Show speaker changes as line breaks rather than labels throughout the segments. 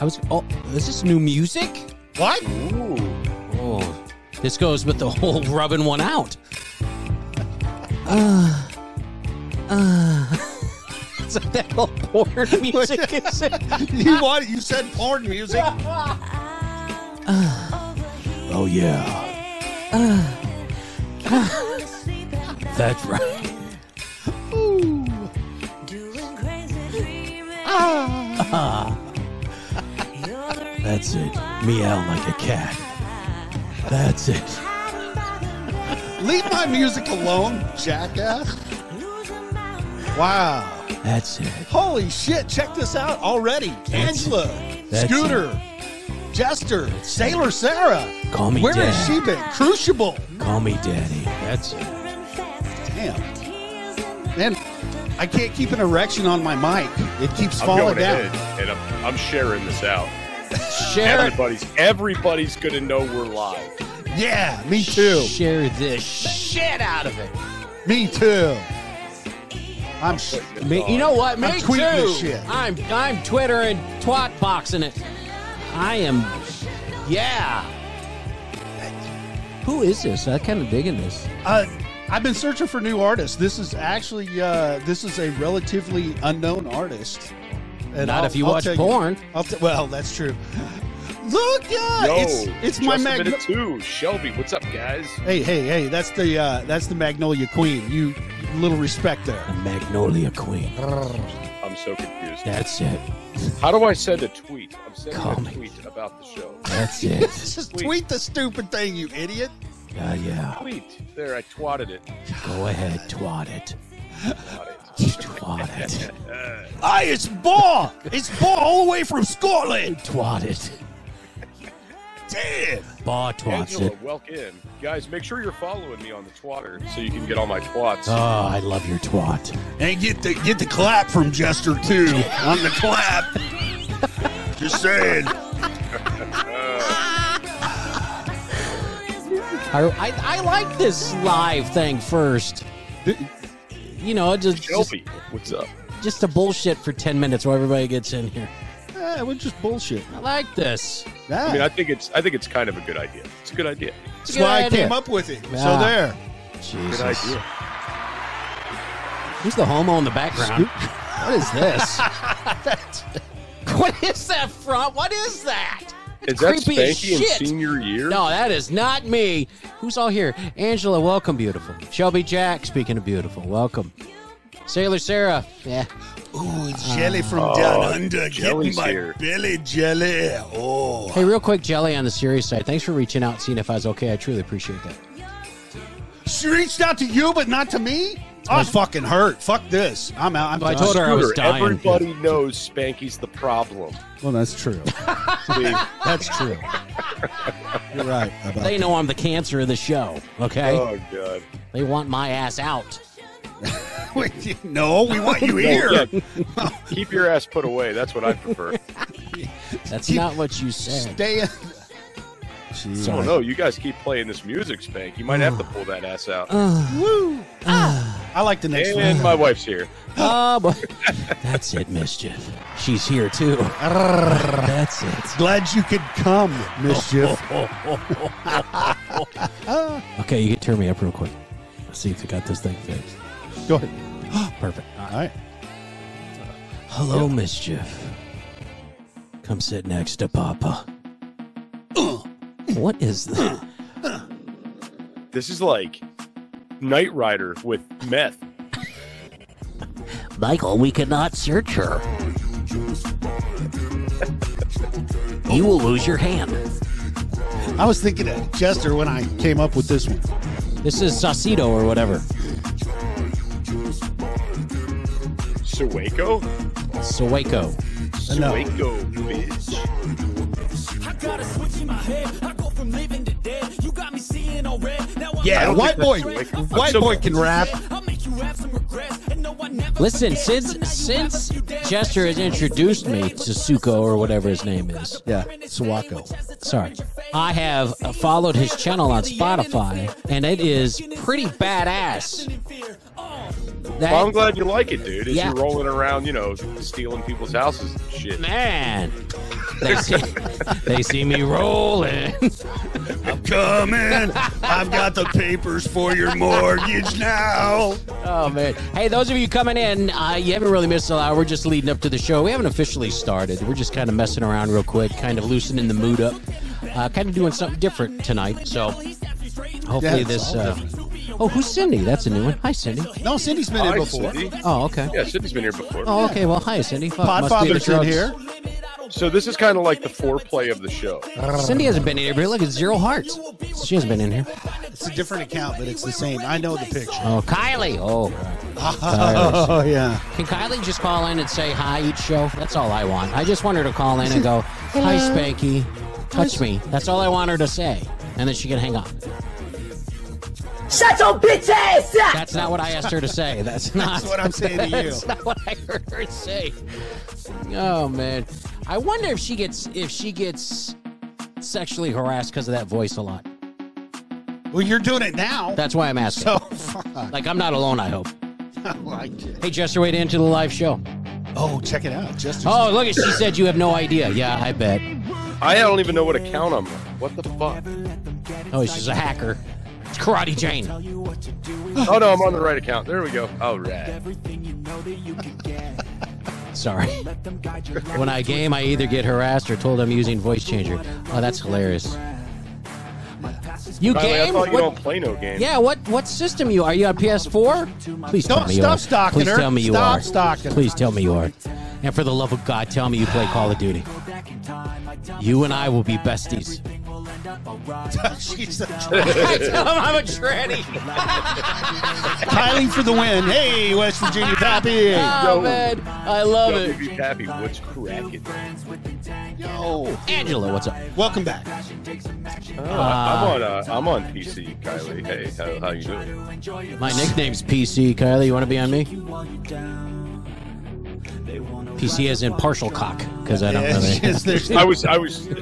I was. Oh, is this new music?
What?
Oh, this goes with the whole rubbing one out. Uh, uh. so that whole porn music is.
You what? You said porn music.
Oh yeah. Uh. That's right. That's it. Meow like a cat. That's it.
Leave my music alone, jackass. Wow.
That's it.
Holy shit, check this out already.
That's-
Angela,
that's
Scooter, Jester, Sailor Sarah.
Call me
Where
Dad.
has she been? Crucible.
Call me daddy. That's it.
Damn. Man, I can't keep an erection on my mic. It keeps
I'm
falling
going
down.
ahead and I'm, I'm sharing this out.
Share it.
Everybody's everybody's gonna know we're live.
Yeah, me too.
Share this shit out of it.
Me too. I'm sh-
Ma- you know what? Me
I'm tweeting
too.
this shit.
I'm I'm twittering, twat boxing it. I am. Yeah. Who is this? I kind of digging this.
uh, I've been searching for new artists. This is actually uh, this is a relatively unknown artist. And
Not
I'll-
if you
I'll
watch
tell
porn.
I'll t- well, that's true. Look, yeah,
Yo,
it's it's my
just a
mag.
minute too. Shelby, what's up, guys?
Hey, hey, hey! That's the uh, that's the Magnolia Queen. You little respect there.
The Magnolia Queen.
I'm so confused.
That's it.
How do I send a tweet? I'm sending
Call me.
a tweet about the show.
That's it.
Just
Wait.
tweet the stupid thing, you idiot.
Yeah, yeah.
Tweet. There, I twatted it.
Go ahead, twat it. Twat it.
Hey, it's Ball. it's Ball all the way from Scotland.
Twat it.
Damn.
Bah twats
Angela,
it.
welcome. Guys, make sure you're following me on the twatter so you can get all my twats.
Oh, I love your twat.
And get the get the clap from Jester too on the clap. Just saying.
I, I, I like this live thing first. You know, it just just,
Shelby, what's up?
just a bullshit for ten minutes while everybody gets in here.
Yeah, we're just bullshit.
I like this.
I mean, I think it's I think it's kind of a good idea. It's a good idea.
It's a
That's
good
why I
idea.
came up with it. So
Yeah.
there.
Good
Jesus.
idea.
Who's the homo in the background? what is this? what is that from? What is that?
Is
It's
that
creepy as
Spanky in
shit.
senior year?
No, that is not me. Who's all here? Angela, welcome, beautiful. Shelby Jack, speaking of beautiful, welcome. Sailor Sarah, yeah.
Ooh, jelly from down under.
Jelly's here.
Billy jelly. Oh.
Hey, real quick, Jelly on the serious side. Thanks for reaching out, and seeing if I was okay. I truly appreciate that.
She reached out to you, but not to me? I fucking hurt. Fuck this. I'm out. I'm
I
done.
told her I was
Scooter,
dying.
Everybody knows Spanky's the problem.
Well, that's true.
See,
That's true. You're right. About
They know I'm the cancer of the show. Okay,
oh god.
they want my ass out.
that. no, we want you
No,
here.
yeah, keep your ass put away. That's what I prefer.
That's
Keep-
not what you said.
Stay.
Oh no, you guys keep playing this music, Spank. You might have to pull that ass out.
Oh,
I like the next
and
one.
my wife's here.
Oh, boy. that's it, mischief. She's here too. That's it.
Glad you could come, mischief.
Okay, you can turn me up real quick. Let's see if you got this thing fixed.
Go ahead.
Perfect.
All right.
Hello, mischief. Come sit next to Papa. What is that?
This is like Knight Rider with meth.
Michael, we cannot search her. You will lose your hand.
I was thinking of Chester when I came up with this one.
This is Saucedo or whatever.
Sueco?
Sueco.
No.
Sueco, bitch.
I got a switch in my head. I go from living to dead. You got me seeing all red. Now I'm
Yeah, white boy.
Sueco.
White
So-
boy can rap.
I'll make you have some regrets. And no, I never
Listen,
forget. So now
since
you have a
since
few days
Jester has introduced me to Suko or whatever his name is,
Yeah, Sawako.
sorry, I have uh, followed his channel on Spotify, and it is pretty badass.
in fear. Oh,
That-
Well, I'm glad you like it, dude. As
Yeah.
you're rolling around, you know, stealing people's houses and shit.
man. They see, they see me rolling.
Come in. I've got the papers for your mortgage now.
Oh man! Hey, those of you coming in, uh, you haven't really missed a lot. We're just leading up to the show. We haven't officially started. We're just kind of messing around real quick, kind of loosening the mood up, uh, kind of doing something different tonight. So hopefully
Yeah, it's
this.
all
Uh, oh, who's Cindy? That's a new one. Hi, Cindy.
No, Cindy's been in
Hi,
before.
Cindy.
Oh, okay.
Yeah, Cindy's been here before.
Oh, okay. Well, hi, Cindy. Fuck, must be the
Podfather's in
drugs.
here.
So this is kind of like the foreplay of the show.
Cindy hasn't been in here. but Look, it's zero hearts. She hasn't been in here.
It's a different account, but it's the same. I know the picture.
Oh, Kylie. Oh,
Oh, yeah.
Can Kylie just call in and say hi each show? That's all I want. I just want her to call in and go, "Hi, Spanky, touch me." That's all I want her to say, and then she can hang up.
Shut your bitch ass up!
That's not what I asked her to say. That's not
what I'm saying to you.
That's not what I heard her say. Oh man, I wonder if she gets if she gets sexually harassed because of that voice a lot.
Well, you're doing it now.
That's why I'm asking.
So, fuck.
like I'm not alone. I hope.
I like it.
Hey, Jester, way to into the live show.
Oh, check it out. Just
Oh, look, she said you have no idea. Yeah, I bet.
I don't even know what account I'm on. What the fuck?
Oh, she's a hacker. It's Karate Jane.
Oh no, I'm on the right account. There we go. All right.
Sorry. When I game, I either get harassed or told I'm using voice changer. Oh, that's hilarious. You
Riley, I
game?
thought you
What-
don't play no game.
yeah. What what system you are you on PS4? Please tell
Don't
me you
stop
are.
stalking
Please
her.
tell me you
Stop
are.
stalking her.
Please tell me you are. And for the love of God, tell me you play Call of Duty. You and I will be besties.
she's
I tell him I'm a tranny.
Kylie for the win. Hey, West Virginia Pappy.
Oh man, I love
Yo,
it.
you happy? What's cracking?
Yo.
Angela, what's up?
Welcome back.
Oh, I'm on. Uh, I'm on PC, Kylie. Hey, how, how you doing?
My nickname's PC. Kylie, you want to be on me? PC as in partial cock, because I don't know.
Yes,
that.
yes, there's-
I was. I was.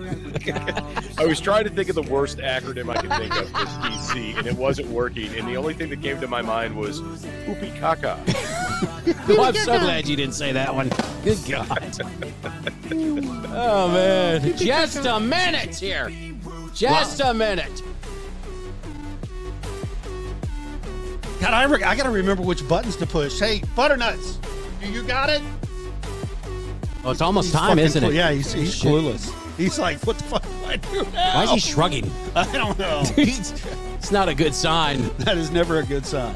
I was trying to think of the worst acronym I could think of for PC, and it wasn't working. And the only thing that came to my mind was "Hoopy Kaka."
Oh, I'm so glad you didn't say that one. Good God. oh, man. Just a minute here. Just a minute.
God, I, re- I gotta remember which buttons to push. Hey, butternuts, you, you got it?
Oh, it's almost
He's
time,
fucking
isn't
clue-
it?
Yeah, he's, he's
Shit.
clueless. He's like, what the fuck do I do now?
Why is he shrugging?
I don't know.
it's not a good sign.
that is never a good sign.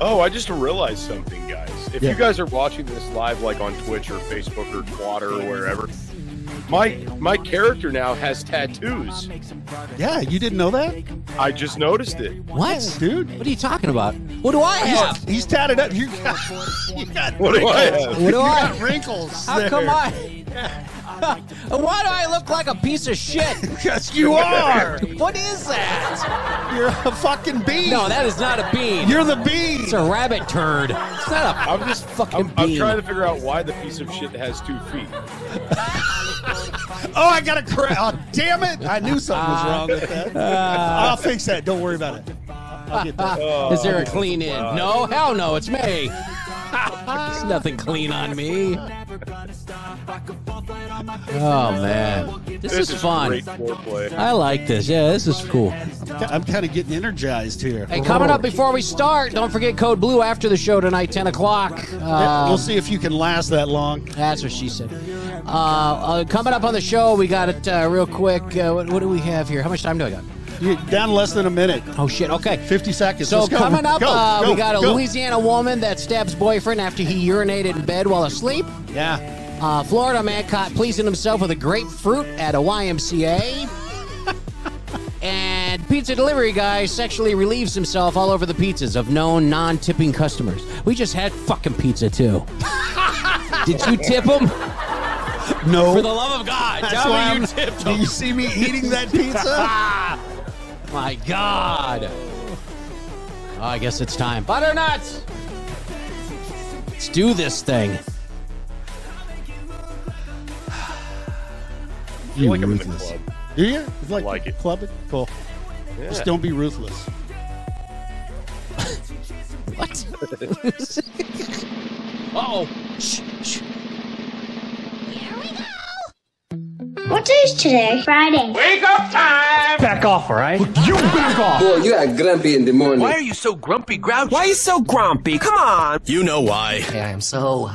Oh, I just realized something, guys. If
Yeah.
you guys are watching this live, like on Twitch or Facebook or Twitter or wherever, my my character now has tattoos.
Yeah, you didn't know that?
I just noticed it.
What?
Dude.
What are you talking about? What do I have?
He's tatted up. You got, you got,
What do I have?
What do I
you got wrinkles.
How
there.
come I? Why do I look like a piece of shit?
Yes, you are.
What is that?
You're a fucking bee.
No, that is not a bean.
You're the bee.
it's a rabbit turd. It's not a
I'm just
Fucking
I'm, I'm
bean.
trying to figure out why the piece of shit has two feet.
Oh, I got a cra Oh, damn it. I knew something was wrong with that.
Uh,
I'll fix that. Don't worry about it. I'll get that.
Is there a clean in? No,
Oh.
hell no, it's me. There's nothing clean on me. Oh man, this, is, fun.
Great foreplay.
I like this. Yeah, this is cool.
I'm kind of getting energized here.
Hey, coming up before we start, don't forget Code Blue after the show tonight, 10 o'clock. Um,
we'll see if you can last that long.
That's what she said. Uh, uh, coming up on the show, we got it uh, real quick. Uh, what, what do we have here? How much time do I got?
You're down less than a minute.
Oh shit. Okay.
50 seconds.
So
Let's go.
coming up,
Go,
uh,
go,
we got a
go.
Louisiana woman that stabs boyfriend after he urinated in bed while asleep.
Yeah.
Uh, Florida man caught pleasing himself with a grapefruit at a YMCA. and pizza delivery guy sexually relieves himself all over the pizzas of known non-tipping customers. We just had fucking pizza too. Did you tip him?
No.
For the love of God,
That's
tell me
why
you
I'm-
tipped
Do
him.
you see me eating that pizza?
My God. Oh, I guess it's time. Butternuts! Let's do this thing.
I feel like I'm in the club.
Do you? It's Like,
Like it.
Club it? Cool.
Yeah.
Just don't be ruthless.
What? oh. Shh, shh.
What day is today? Friday.
Back off, all right?
Boy, you are grumpy in the morning.
Why are you so grumpy, Grouch? Why are you so grumpy? Come on.
You know why.
I am so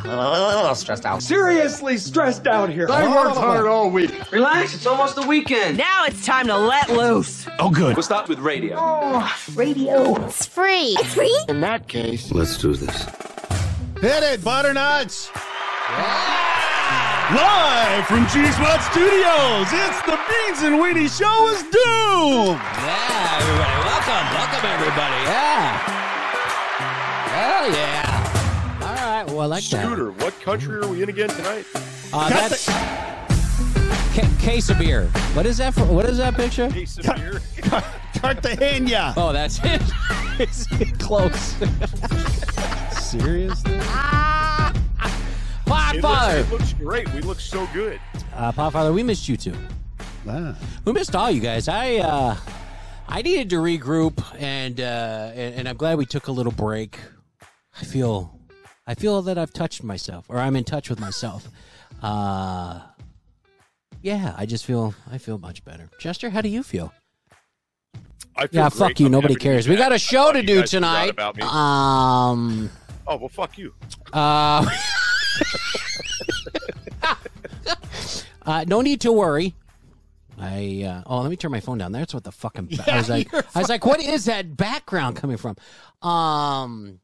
stressed out.
Seriously stressed out here. I worked hard all week.
Relax, it's almost the weekend.
Now it's time to let loose.
Oh, good.
We'll start with radio.
It's free. It's free?
In that case,
Let's do this.
Hit it, butternuts! Live from G Spot Studios, it's the Beans and Weenie Show is doomed.
Yeah, everybody. Welcome. Welcome, everybody. Yeah. Hell yeah. All right. Well, I like that.
Scooter, what country are we in again tonight?
Uh, that's Ca- case of beer. What is that? For, what is that picture?
Case of beer.
Cartagena.
Oh, that's it. it's close. Seriously?
It looks,
Podfather.
it looks great. We look so good.
Uh, Podfather, we missed you too.
Ah.
We missed all you guys. I uh, I needed to regroup, and, uh, and and I'm glad we took a little break. I feel I feel that I've touched myself, or I'm in touch with myself. Uh, yeah, I just feel I feel much better. Chester, how do you feel?
I feel
Yeah,
great.
fuck you.
I'm
Nobody
happy to be
cares. We
back.
got a
I
show
thought
to
you
do
guys forgot
tonight.
About me.
Um,
oh well, fuck you.
uh, uh, no need to worry. I uh, oh, let me turn my phone down. That's what the fucking. Ba- I was like, I was like, what is that background coming from? Um.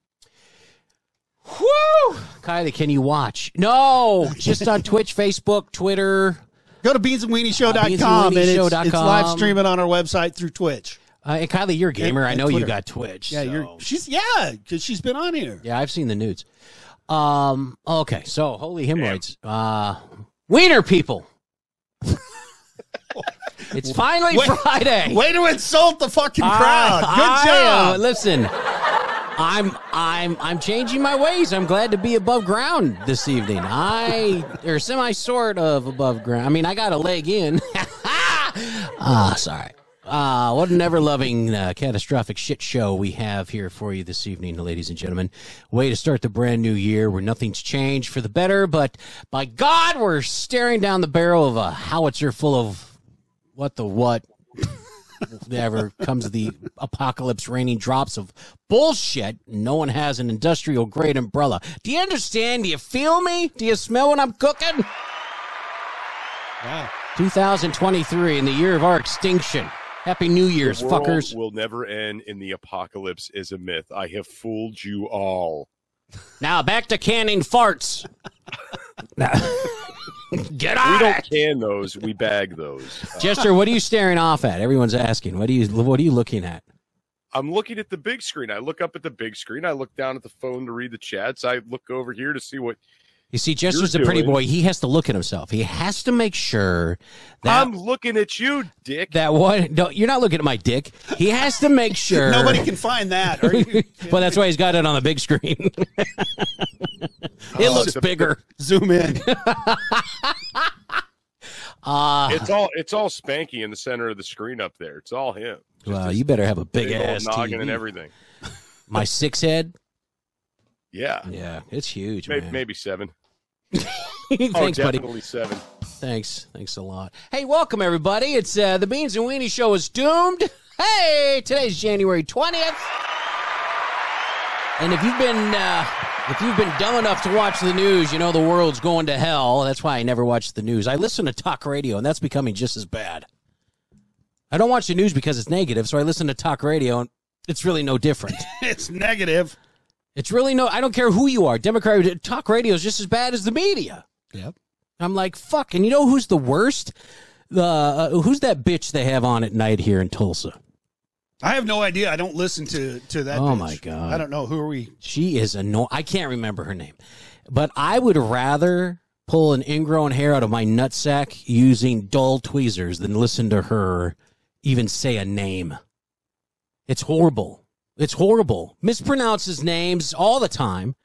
Whoo, Kylie, can you watch? No, just on Twitch, Facebook, Twitter.
Go to beansandweenieshow.com
Uh,
and it's, it's
beansandweenieshow.com.
live streaming on our website through Twitch.
Uh, and Kylie, you're a gamer.
And-
I
and
know you
Twitter.
got Twitch.
Yeah, you're
so-
she's yeah, because she's been on here.
Yeah, I've seen the nudes. Um, okay, so holy hemorrhoids. Uh wiener people. it's finally
Wait-
Friday.
Way to insult the fucking
I-
crowd.
I,
Good
uh,
job.
listen. I'm I'm I'm changing my ways. I'm glad to be above ground this evening. I or semi sort of above ground. I mean, I got a leg in. ah, sorry. Ah, what an ever loving, uh, catastrophic shit show we have here for you this evening, ladies and gentlemen. Way to start the brand new year where nothing's changed for the better, but by God, we're staring down the barrel of a howitzer full of what the what ever comes the apocalypse raining drops of bullshit. No one has an industrial grade umbrella. Do you understand? Do you feel me? Do you smell when I'm cooking?
Wow.
2023 in the year of our extinction. Happy New Year's,
the world
fuckers.
will never end, and the apocalypse is a myth. I have fooled you all.
Now back to canning farts. Now- Get
We
on
don't
it.
can those. We bag those. Uh,
Jester, what are you staring off at? Everyone's asking. What are you what are you looking at?
I'm looking at the big screen. I look up at the big screen. I look down at the phone to read the chats. I look over here to see what
You see, Jester's
You're
a pretty
doing-
boy. He has to look at himself. He has to make sure that
I'm looking at you, Dick.
that one no, you're not looking at my dick. He has to make sure
Nobody can find that. Are you
Well, that's why he's got it on the big screen. it looks
Oh, it's a-
bigger.
zoom in?
Uh,
It's all it's all spanky in the center of the screen up there. It's all him. Just
well,
his
you better have a big
old
ass
noggin
TV.
and everything.
My six head?
Yeah,
Yeah, it's huge,
May-
man.
maybe seven.
Thanks,
oh,
buddy.
definitely seven.
Thanks. Thanks a lot. Hey, welcome everybody. It's uh, the Beans and Weenie Show is doomed. Hey, today's January twentieth, and if you've been uh, if you've been dumb enough to watch the news, you know the world's going to hell. That's why I never watch the news. I listen to talk radio, and that's becoming just as bad. I don't watch the news because it's negative, so I listen to talk radio, and it's really no different.
it's negative.
It's really no. I don't care who you are. Democrat talk radio is just as bad as the media.
Yep.
I'm like, fuck. And you know who's the worst? The uh, who's that bitch they have on at night here in Tulsa?
I have no idea. I don't listen to to that.
Oh,
bitch.
my God.
I don't know who are we.
She is annoying. I can't remember her name, but I would rather pull an ingrown hair out of my nutsack using dull tweezers than listen to her even say a name. It's horrible. It's horrible. Mispronounces names all the time,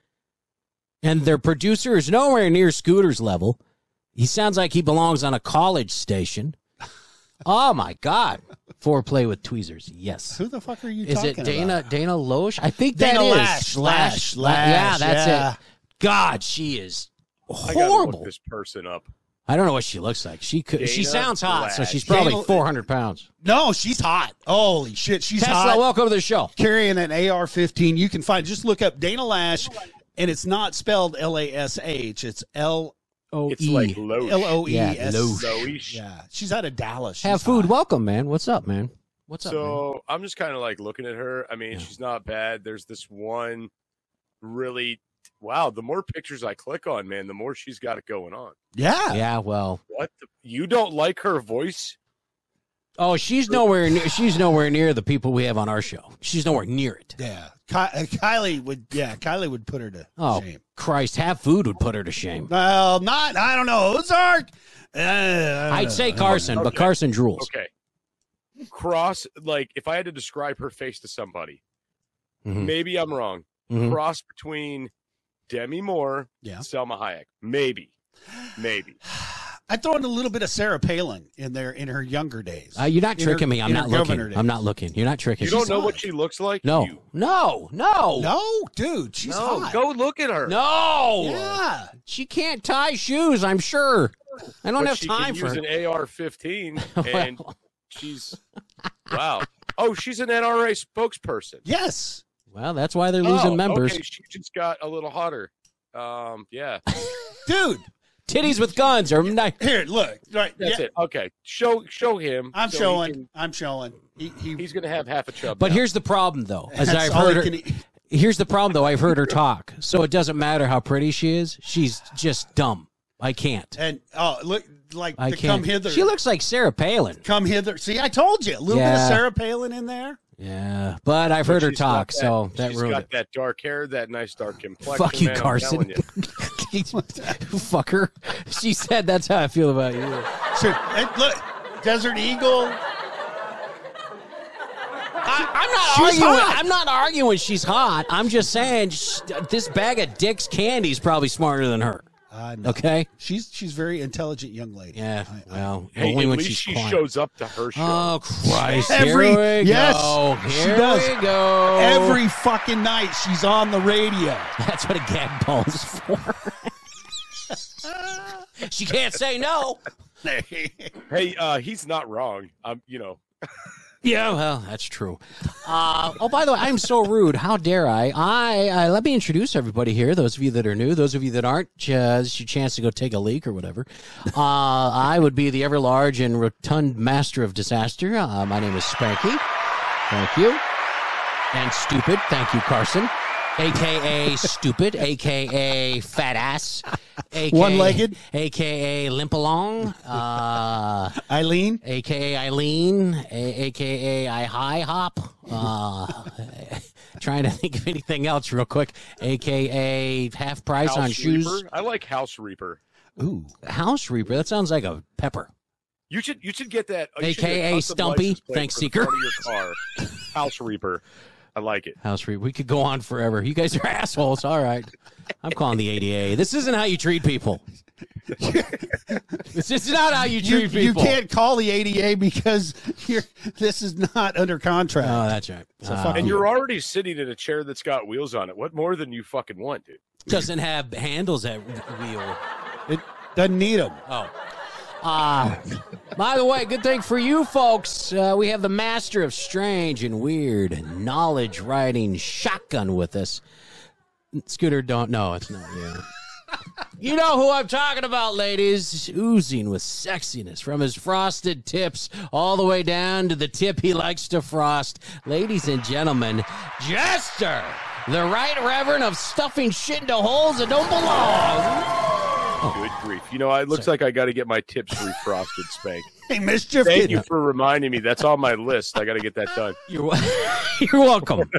and their producer is nowhere near Scooter's level. He sounds like he belongs on a college station. Oh my God. Foreplay with tweezers. Yes.
Who the fuck are you
Is
talking
it Dana
about?
Dana Loesch? I think
Dana
that is
Lash, Lash,
Yeah,
Lash,
that's
yeah.
it. God, she is
I gotta look
horrible.
this person up.
I don't know what she looks like. She could. she
Dana
sounds hot, so
Lash.
she's probably
Dana-
400 pounds.
No, she's hot. Holy shit, she's
Tesla,
hot.
welcome to the show.
carrying an AR-15. You can find. Just look up Dana Lash, and it's not spelled L-A-S-H. It's L
Oh,
It's like Loesch.
L O E
Yeah,
S.
Loesch.
Loesch.
Yeah, she's out of Dallas. She's
have food.
hot.
Welcome, man. What's up, man? What's up? man?
So I'm just kind of like looking at her. I mean,
Yeah.
she's not bad. There's this one really wow. The more pictures I click on, man, the more she's got it going on.
Yeah.
Yeah, well,
What the, you don't like her voice?
oh, she's nowhere. Near, she's nowhere near the people we have on our show. She's nowhere near it.
Yeah, Ky- uh, Kylie would. Yeah, Kylie would put her to
Oh
shame.
Christ, have food would put her to shame.
Well, not. I don't know Ozark. Uh, I
I'd
don't
say
know.
Carson, but
Okay.
Carson drools.
Okay. Cross like if I had to describe her face to somebody,
Mhm.
maybe I'm wrong.
Mhm.
Cross between Demi Moore,
Yeah.
Selma Hayek. Maybe. Maybe.
I throw in a little bit of Sarah Palin in there in her younger days.
Uh, you're not
In her-
tricking me. I'm
in
not
her
looking.
governor days.
I'm not looking. You're not tricking.
You
me.
don't know what she looks like?
No,
You-
no, no, no.
No, dude, she's
No,
hot.
go look at her.
Yeah.
She can't tie shoes. I'm sure. I don't
But
have
she
time
can
for.
use
It.
an AR-15, and she's wow. Oh, she's an NRA spokesperson.
Yes.
Well, that's why they're losing
Oh,
members.
Okay, she just got a little hotter. Um, yeah,
Dude,
Titties with guns are nice.
here, look. Right.
that's
yeah.
it. Okay, show show him.
I'm
so he
showing.
can-
I'm showing. He, he,
he's gonna have half a chub.
But
now.
here's the problem, though. As
that's
I've
all
heard,
he
her,
e-,
can eat.
here's the problem, though. I've heard her talk, so it doesn't matter how pretty she is. She's just dumb. I can't.
And oh, look, like
I
the
can't.
come hither.
She looks like Sarah Palin.
come hither. See, I told you a little bit
Yeah.
of Sarah Palin in there.
Yeah, but I've heard her
She's got
talk, so that
she's
ruined
got
it.
that dark hair, that nice dark complexion.
Fuck you,
man, I'm
Carson.
telling you.
Fucker. She said that's how I feel about you.
So, and look, Desert Eagle. I, I'm not
She's
arguing.
hot. I'm not arguing she's hot. I'm just saying sh this bag of dicks candy's probably smarter than her.
I know.
Okay.
She's she's very intelligent young lady.
Yeah.
I- I-
Well,
Hey,
only
at
when
least
she's
she
quiet.
shows up to her show.
Oh Christ!
Every-
Here we
yes,
go.
she
Here
does.
we go.
Every fucking night she's on the radio.
That's what a gag ball is for. she can't say no.
hey, uh, he's not wrong. Um, you know,
Yeah, well, that's true. Uh, oh, by the way, I'm so rude. How dare I? I, I let me introduce everybody here. Those of you that are new, those of you that aren't, uh, this is your chance to go take a leak or whatever. Uh, I would be the ever large and rotund master of disaster. Uh, my name is Spanky. Thank you. And stupid. Thank you, Carson. AKA stupid, AKA fat ass, AKA
One-legged.
AKA limp along, uh,
Eileen,
aka Eileen, a- aka I high hop. Uh, trying to think of anything else real quick. Aka half price on
House
shoes.
Reaper. I like House Reaper.
ooh,
House Reaper. That sounds like a pepper.
You should you should get that uh, you should
AKA
get a custom
Stumpy.
license plate
Thanks,
for the
Seeker.
front of your car. House Reaper. I like it.
House Reaper. We could go on forever. You guys are assholes. All right. I'm calling the ADA. This isn't how you treat people. this is not how you
you,
treat
you
people.
can't call the ADA because you're, this is not under contract.
Oh, that's right.
So
Uh,
fuck
And
you.
you're already sitting in a chair that's got wheels on it. What more than you fucking want, dude?
doesn't have handles at wheel.
It doesn't need them.
Oh. Uh, by the way, good thing for you folks. Uh, we have the master of strange and weird knowledge riding shotgun with us. Scooter, don't. No, it's not you. you know who I'm talking about, ladies. Oozing with sexiness from his frosted tips all the way down to the tip he likes to frost. Ladies and gentlemen, Jester, the right reverend of stuffing shit into holes that don't belong.
Good grief. You know, it looks like I got to get my tips refrosted, Spank.
Hey, mischief.
Thank
Thank
you for reminding me. That's on my list. I got to get that done.
You're, wel- you're welcome.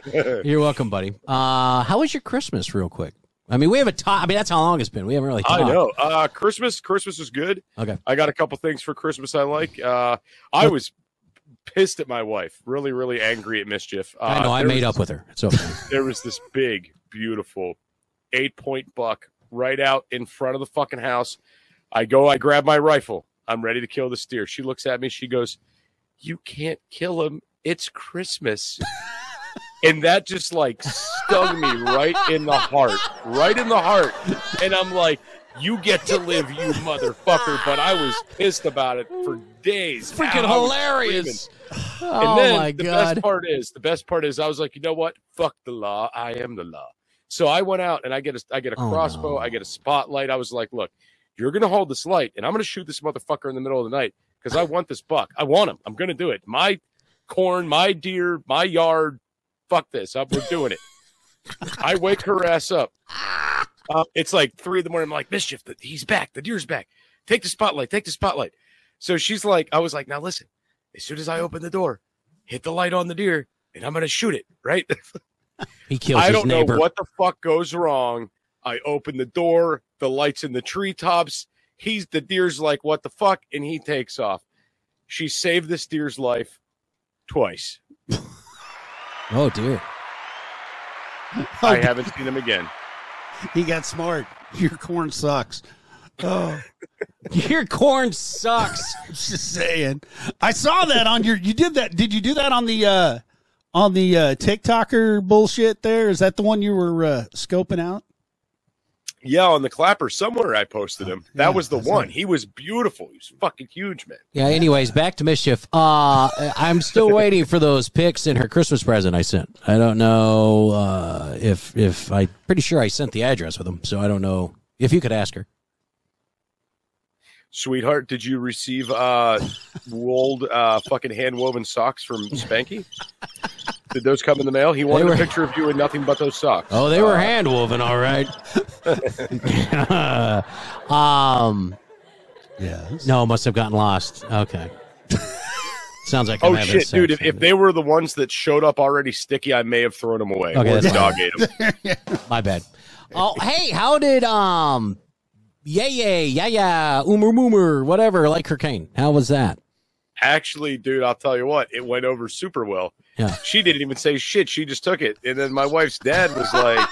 You're welcome, buddy. Uh, how was your Christmas, real quick? I mean, we haven't talked. I mean, that's how long it's been. We haven't really
I
talked.
know. Uh, Christmas. Christmas was good.
Okay.
I got a couple things for Christmas I like. Uh, I was pissed at my wife. Really, really angry at mischief. Uh,
I know. I
there
made
was-
up with her. So okay.
there was this big, beautiful eight point buck right out in front of the fucking house. I go, I grab my rifle. I'm ready to kill this deer. She looks at me. She goes, you can't kill him. It's Christmas. and that just like stung me right in the heart, right in the heart. And I'm like, you get to live, you motherfucker. But I was pissed about it for days.
Freaking
I was
hilarious.
screaming.
Oh
and then
my
the
god.
best part is, the best part is, I was like, you know what? Fuck the law. I am the law. So I went out and I get a, I get a
Oh,
crossbow.
no.
I get a spotlight. I was like, look, you're gonna hold this light, and I'm gonna shoot this motherfucker in the middle of the night because I want this buck. I want him. I'm gonna do it. My corn, my deer, my yard. Fuck this up. We're doing it. I wake her ass up. Uh, it's like three in the morning. I'm like, mischief. The, he's back. The deer's back. Take the spotlight. Take the spotlight. So she's like, I was like, now listen. As soon as I open the door, hit the light on the deer, and I'm gonna shoot it. Right.
He kills
I
his
don't
neighbor.
know what the fuck goes wrong. I open the door, the lights in the treetops. He's the deer's like, what the fuck? And he takes off. She saved this deer's life twice.
Oh dear.
Oh,
I haven't seen him again.
He got smart. Your corn sucks. Oh,
Your corn sucks.
just saying. I saw that on your. You did that. Did you do that on the uh on the uh TikToker bullshit? There is that the one you were uh, scoping out.
Yeah, on the clapper somewhere I posted him. That
Yeah,
was the
that's
one.
it.
He was beautiful. He was fucking huge, man.
Yeah. Anyways, back to mischief. Uh, I'm still waiting for those pics in her Christmas present I sent. I don't know uh, if if I pretty sure I sent the address with them, so I don't know if you could ask her.
Sweetheart, did you receive uh rolled uh fucking hand woven socks from Spanky? Did those come in the mail? He wanted
were-
a picture of you in nothing but those socks.
Oh, they were hand woven, all right. um,
Yes.
no, must have gotten lost. Okay. Sounds like I'm
Oh
having
shit, dude! If,
sex.
if they were the ones that showed up already sticky, I may have thrown them away.
Okay,
or
that's
dog ate 'em.
My bad. Oh, hey, how did um, yay yay yeah yeah umur umur whatever like her cane? How was that?
Actually, dude, I'll tell you what, it went over super well.
Yeah.
She didn't even say shit. She just took it, and then my wife's dad was like,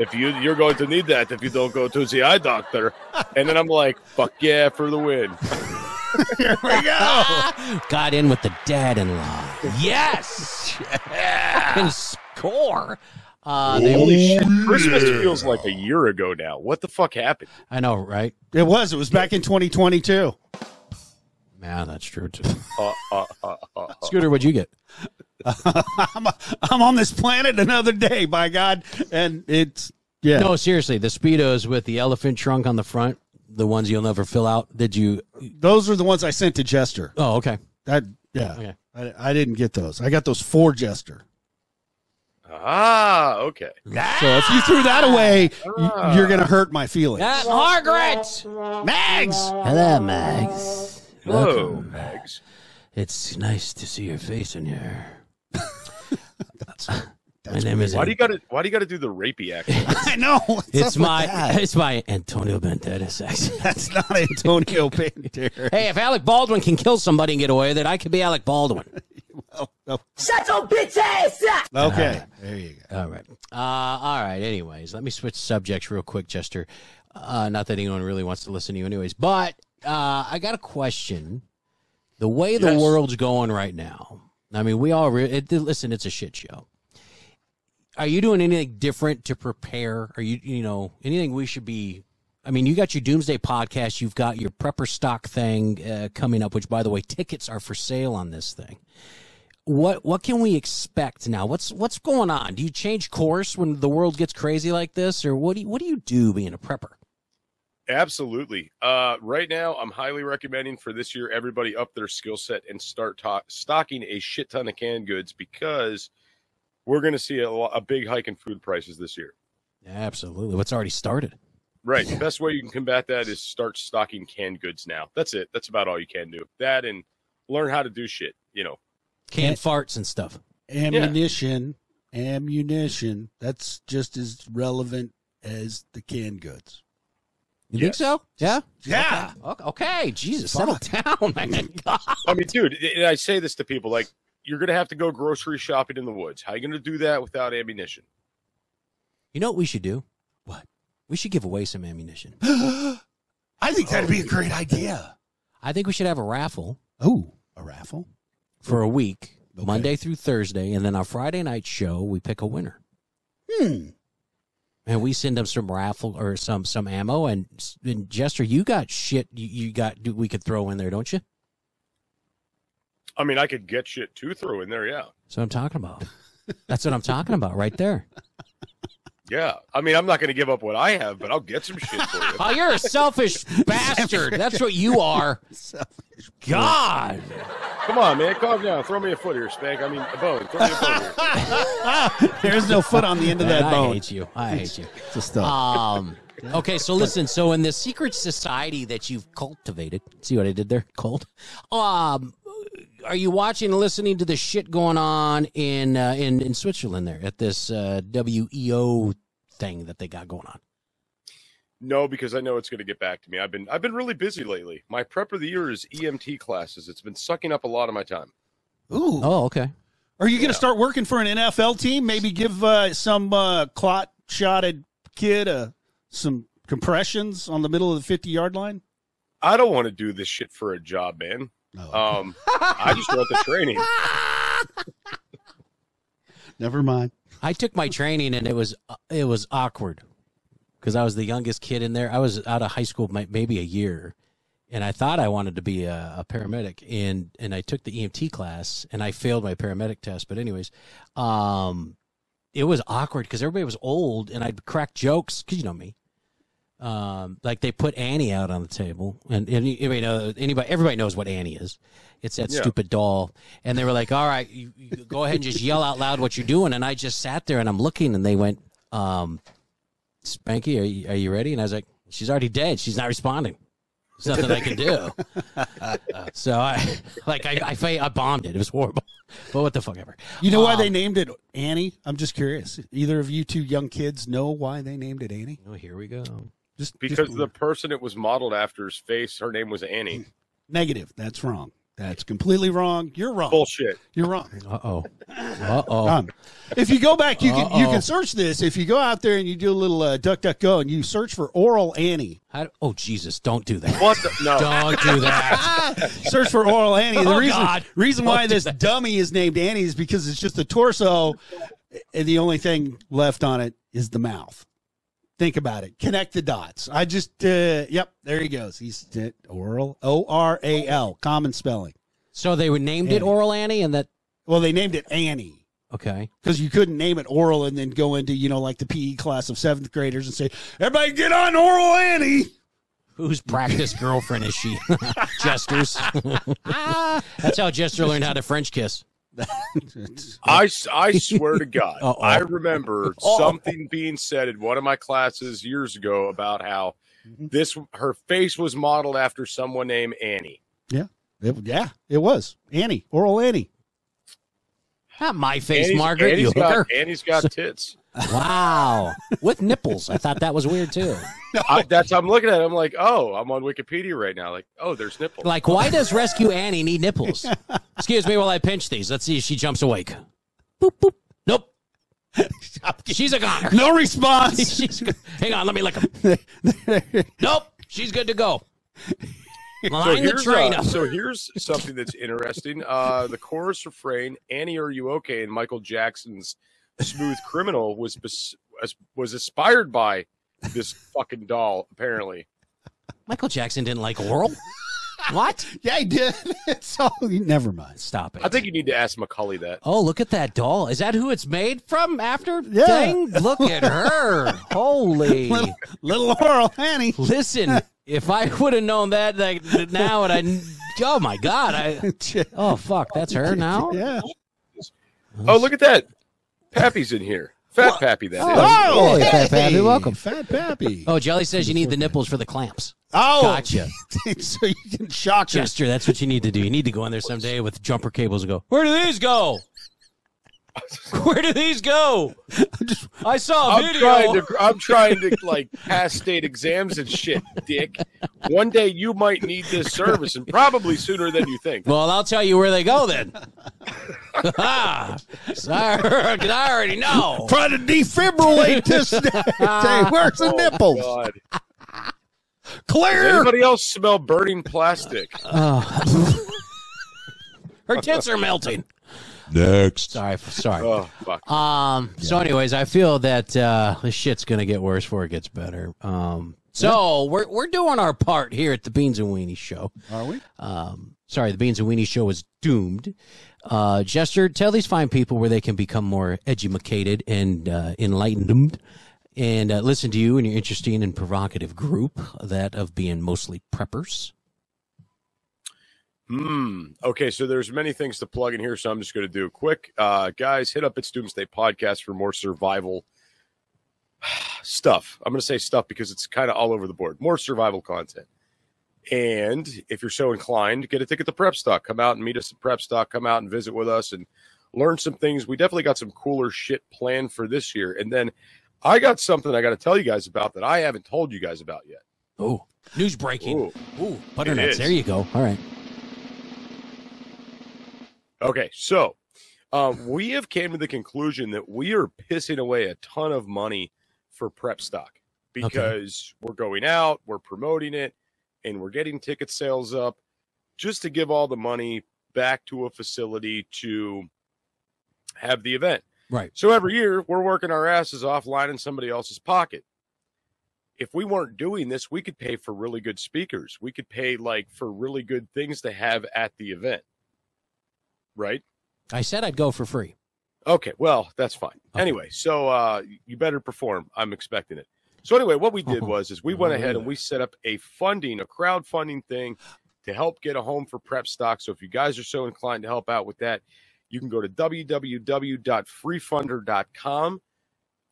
"If you you're going to need that if you don't go to the eye doctor," and then I'm like, "Fuck yeah, for the win!"
Got in with the dad-in-law. Yes, and score. Uh, they,
Holy shit! Christmas feels like a year ago now. What the fuck happened?
I know, right?
It was. It was back in 2022.
Yeah, that's true too.
Uh, uh, uh, uh.
Scooter, what'd you get?
I'm I'm on this planet another day. By God, and it's yeah.
No, seriously, the speedos with the elephant trunk on the front, the ones you'll never fill out. Did you?
Those are the ones I sent to Jester.
Oh, okay.
That yeah.
Okay.
I, I didn't get those. I got those for Jester.
Ah, okay.
So if you threw that away, y- you're gonna hurt my feelings.
Ah, Margaret.
Mags.
Hello, Max.
Hello, Mags.
It's nice to see your face in here. my name is.
Why do you got to Why do you got to do the rapey act?
I know. What's up
it's
with
my.
that?
It's my Antonio Banderas accent.
That's not Antonio Banderas.
hey, if Alec Baldwin can kill somebody and get away with it, I could be Alec Baldwin.
Shut your bitch ass up!
Okay. There you go.
All right. Uh, all right. Anyways, let me switch subjects real quick, Chester. Uh, not that anyone really wants to listen to you, anyways. But uh, I got a question. The way the
Yes.
world's going right now, I mean, we all re- it, listen. It's a shit show. Are you doing anything different to prepare? Are you, you know, anything we should be? I mean, you got your Doomsday podcast. You've got your prepper stock thing uh, coming up, which, by the way, tickets are for sale on this thing what what can we expect now? What's what's going on? Do you change course when the world gets crazy like this, or what do you, what do you do being a prepper?
Absolutely. Uh, right now, I'm highly recommending for this year everybody up their skill set and start to- stocking a shit ton of canned goods because we're going to see a, lo- a big hike in food prices this year.
Absolutely, what's already started.
Right. The best way you can combat that is start stocking canned goods now. That's it. That's about all you can do. That and learn how to do shit. You know,
Canned farts and stuff.
Ammunition. Ammunition. That's just as relevant as the canned goods.
You
Yes.
think so? Yeah.
Yeah.
Okay. okay. Jesus, settle down, man. God.
I mean, dude, and I say this to people like, you're going to have to go grocery shopping in the woods. How you going to do that without ammunition?
You know what we should do? What? We should give away some ammunition.
I think that'd be a great idea.
I think we should have a raffle
Oh, a raffle.
for a week, Monday through Thursday, and then our Friday night show, we pick a winner. Hmm. And we send them some raffle or some some ammo. And, and Jester, you got shit. You, you got we could throw in there, don't you?
I mean, I could get shit to throw in there. Yeah.
That's what I'm talking about. That's what I'm talking about right there.
Yeah. I mean, I'm not going to give up what I have, but I'll get some shit for you.
Oh, you're a selfish bastard. That's what you are. God.
Come on, man. Calm down. Throw me a foot here, Spank. I mean, a bone. Throw me a foot here.
There's no foot on the end of
Man, I
that bone.
hate you. I hate you.
It's a stump.
Um, okay, so listen. So in the secret society that you've cultivated, see what I did there? Cult. Um, are you watching and listening to the shit going on in uh, in in Switzerland there at this uh, WEO thing that they got going on?
No, because I know it's going to get back to me. I've been I've been really busy lately. My prep of the year is EMT classes. It's been sucking up a lot of my time.
Ooh.
Oh, okay.
Are you going to start working for an NFL team? Maybe give uh, some uh, clot shotted kid uh, some compressions on the middle of the 50 yard line?
I don't want to do this shit for a job, man. Um, I just want the training.
Never mind.
I took my training and it was it was awkward because I was the youngest kid in there. I was out of high school mi- maybe a year, and I thought I wanted to be a, a paramedic. and And I took the EMT class and I failed my paramedic test. But anyways, um, it was awkward because everybody was old and I'd crack jokes because you know me. Um, like they put Annie out on the table, and, and anybody know anybody everybody knows what Annie is. It's that
Yeah.
stupid doll, and they were like, "All right, you, you go ahead and just yell out loud what you're doing." And I just sat there and I'm looking, and they went, um, "Spanky, are you, are you ready?" And I was like, "She's already dead. She's not responding. There's nothing I can do." so I, like, I, I, fa- I bombed it. It was horrible. But what the fuck ever.
You know why they named it Annie? I'm just curious. Either of you two young kids know why they named it Annie?
Oh, here we go.
Just
Because
just-
the person it was modeled after's face, her name was Annie.
Hmm.
negative. That's wrong. That's completely wrong. You're wrong.
Bullshit.
You're wrong.
Uh oh. Uh oh.
Um, if you go back, you can you
Uh-oh.
can search this. If you go out there and you do a little uh, duck duck go and you search for oral Annie,
How do- oh Jesus! Don't do that.
What the no?
Don't do that.
search for oral Annie. The
Oh,
reason
God.
reason why
Don't do
this dummy is named Annie is because it's just the torso, and the only thing left on it is the mouth. Think about it. Connect the dots. I just uh, yep. There he goes. He's uh, oral O R A L. Common spelling.
So they were named it
Annie.
Oral Annie, and that
Well, they named it Annie.
okay.
Because you couldn't name it oral and then go into, you know, like the PE class of seventh graders and say, everybody get on oral Annie.
Whose practice girlfriend is she? Jester's. That's how Jester learned how to French kiss.
I, s- I swear to God,
Uh-oh.
I remember something being said in one of my classes years ago about how
Mm-hmm.
this her face was modeled after someone named Annie.
It- yeah, it was. Annie, oral Annie.
Not my face,
Annie's,
Margaret.
Annie's
you hooker.
got, Annie's got tits.
Wow, with nipples. I thought that was weird too.
I, that's I'm looking at. It, I'm like, oh, I'm on Wikipedia right now. Like, oh, there's nipples.
Like, why does Rescue Annie need nipples? Excuse me while I pinch these. Let's see if she jumps awake. Boop boop. Nope. She's a goner.
No response.
She's go- Hang on, let me lick 'em. Nope, she's good to go.
so
Line the
here's,
train
uh,
up.
so here's something that's interesting. Uh, the chorus refrain, "Annie, are you okay?" and Michael Jackson's "Smooth Criminal" was bes- as- was inspired by this fucking doll. Apparently,
Michael Jackson didn't like oral. what?
yeah, he did. It's all, never mind.
Stop it.
I think you need to ask Macaulay that.
Oh, look at that doll. Is that who it's made from after?
Yeah.
Dang, look at her. Holy.
Little, little oral Annie.
Listen, if I would have known that like, now, and I. Oh, my God. I. Oh, fuck. That's her now?
Yeah.
Oh, look at that! Pappy's in here. Fat Pappy, that is.
Oh, hey, Fat Pappy, welcome.
Fat Pappy.
Oh, Jelly says you need the nipples for the clamps.
Oh,
Gotcha.
so you can shock her.
Jester, that's what you need to do. You need to go in there someday with jumper cables and go, Where do these go? Where do these go? I saw a
I'm
video.
trying to. I'm trying to like pass state exams and shit, Dick. One day you might need this service, and probably sooner than you think.
Well, I'll tell you where they go then. Sorry, 'cause I already know.
Try to defibrillate this. Say, where's
Oh,
the nipples?
God.
Clear.
Anybody else smell burning plastic?
Oh. Her tits are melting.
Next.
Sorry, sorry.
Oh, fuck.
Um. So, anyways, I feel that uh, the shit's gonna get worse before it gets better. Um. So we're we're doing our part here at the Beans and Weenie Show.
Are we?
Um. Sorry, the Beans and Weenie Show is doomed. Uh, Jester, tell these fine people where they can become more edumacated and uh, enlightened, and uh, listen to you and your interesting and provocative group, that of being mostly preppers.
Hmm. Okay, so there's many things to plug in here, so I'm just going to do quick. Uh, guys, hit up at Student State Podcast for more survival stuff. I'm going to say stuff because it's kind of all over the board. More survival content. And if you're so inclined, get a ticket to Prep Stock. Come out and meet us at Prep Stock. Come out and visit with us and learn some things. We definitely got some cooler shit planned for this year. And then I got something I got to tell you guys about that I haven't told you guys about yet.
Oh, news breaking.
Ooh.
Ooh, butternuts.
is.
There you go. All right.
Okay, so um, we have came to the conclusion that we are pissing away a ton of money for prep stock because we're going out, we're promoting it, and we're getting ticket sales up just to give all the money back to a facility to have the event.
Right.
So every year we're working our asses off lining somebody else's pocket. If we weren't doing this, we could pay for really good speakers. We could pay like for really good things to have at the event. Right?
I said I'd go for free.
Okay, well, that's fine.
Okay.
Anyway, so uh you better perform. I'm expecting it. So anyway, what we did was is we went ahead and we set up a funding, a crowdfunding thing to help get a home for prep stock. So if you guys are so inclined to help out with that, you can go to www.freefunder.com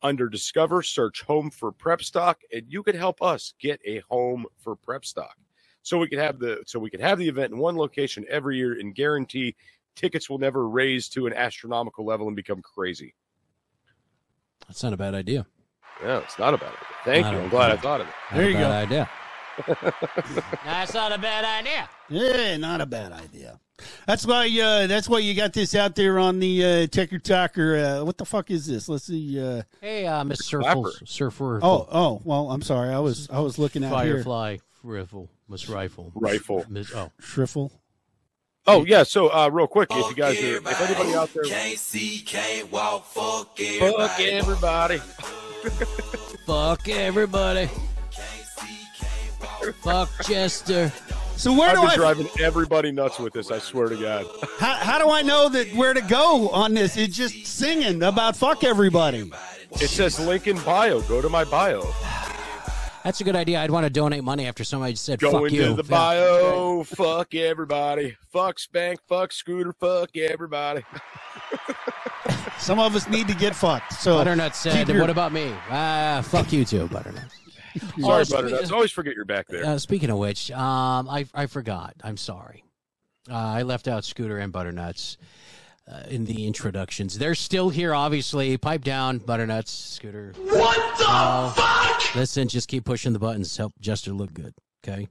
under discover search home for prep stock and you could help us get a home for prep stock so we could have the so we could have the event in one location every year and guarantee tickets will never raise to an astronomical level and become crazy.
That's not a bad idea.
Yeah, it's not a bad idea. Thank
Not
you.
a
I'm glad I
bad-
thought of it.
Not
There
a
you
bad
go.
idea. That's not a bad idea.
Yeah, not a bad idea. That's why. Uh, that's why you got this out there on the uh, ticker talker. Uh, what the fuck is this? Let's see. Uh,
Hey, uh, Miss
Clapper.
Surfle, Surfer,
oh, oh. Well, I'm sorry. I was I was looking at here.
Firefly, Riffle, Miss Rifle,
Rifle.
Miss, oh,
Shriffle.
Oh yeah, so uh, real quick, if you guys, are, if anybody out there, fuck everybody.
fuck everybody. Fuck Jester.
So where
I've
do I?
been driving everybody nuts with this. I swear to God.
How, how do I know that where to go on this? It's just singing about fuck everybody.
It says link in bio. Go to my bio.
That's a good idea. I'd want to donate money after somebody said
Go
fuck
into
you.
the
Yeah.
bio. Fuck everybody. Fuck Spank. Fuck Scooter. Fuck everybody.
Some of us need to get fucked. So
Butternut said,
keep your-
"What about me? Ah, fuck you too, Butternut."
Sorry,
spe-
butternuts. Always forget you're back there.
Uh, speaking of which, um, I I forgot. I'm sorry. Uh, I left out Scooter and Butternuts uh, in the introductions. They're still here, obviously. Pipe down, Butternuts, Scooter.
What the
Oh.
fuck?
Listen, just keep pushing the buttons. Help Jester look good. Okay.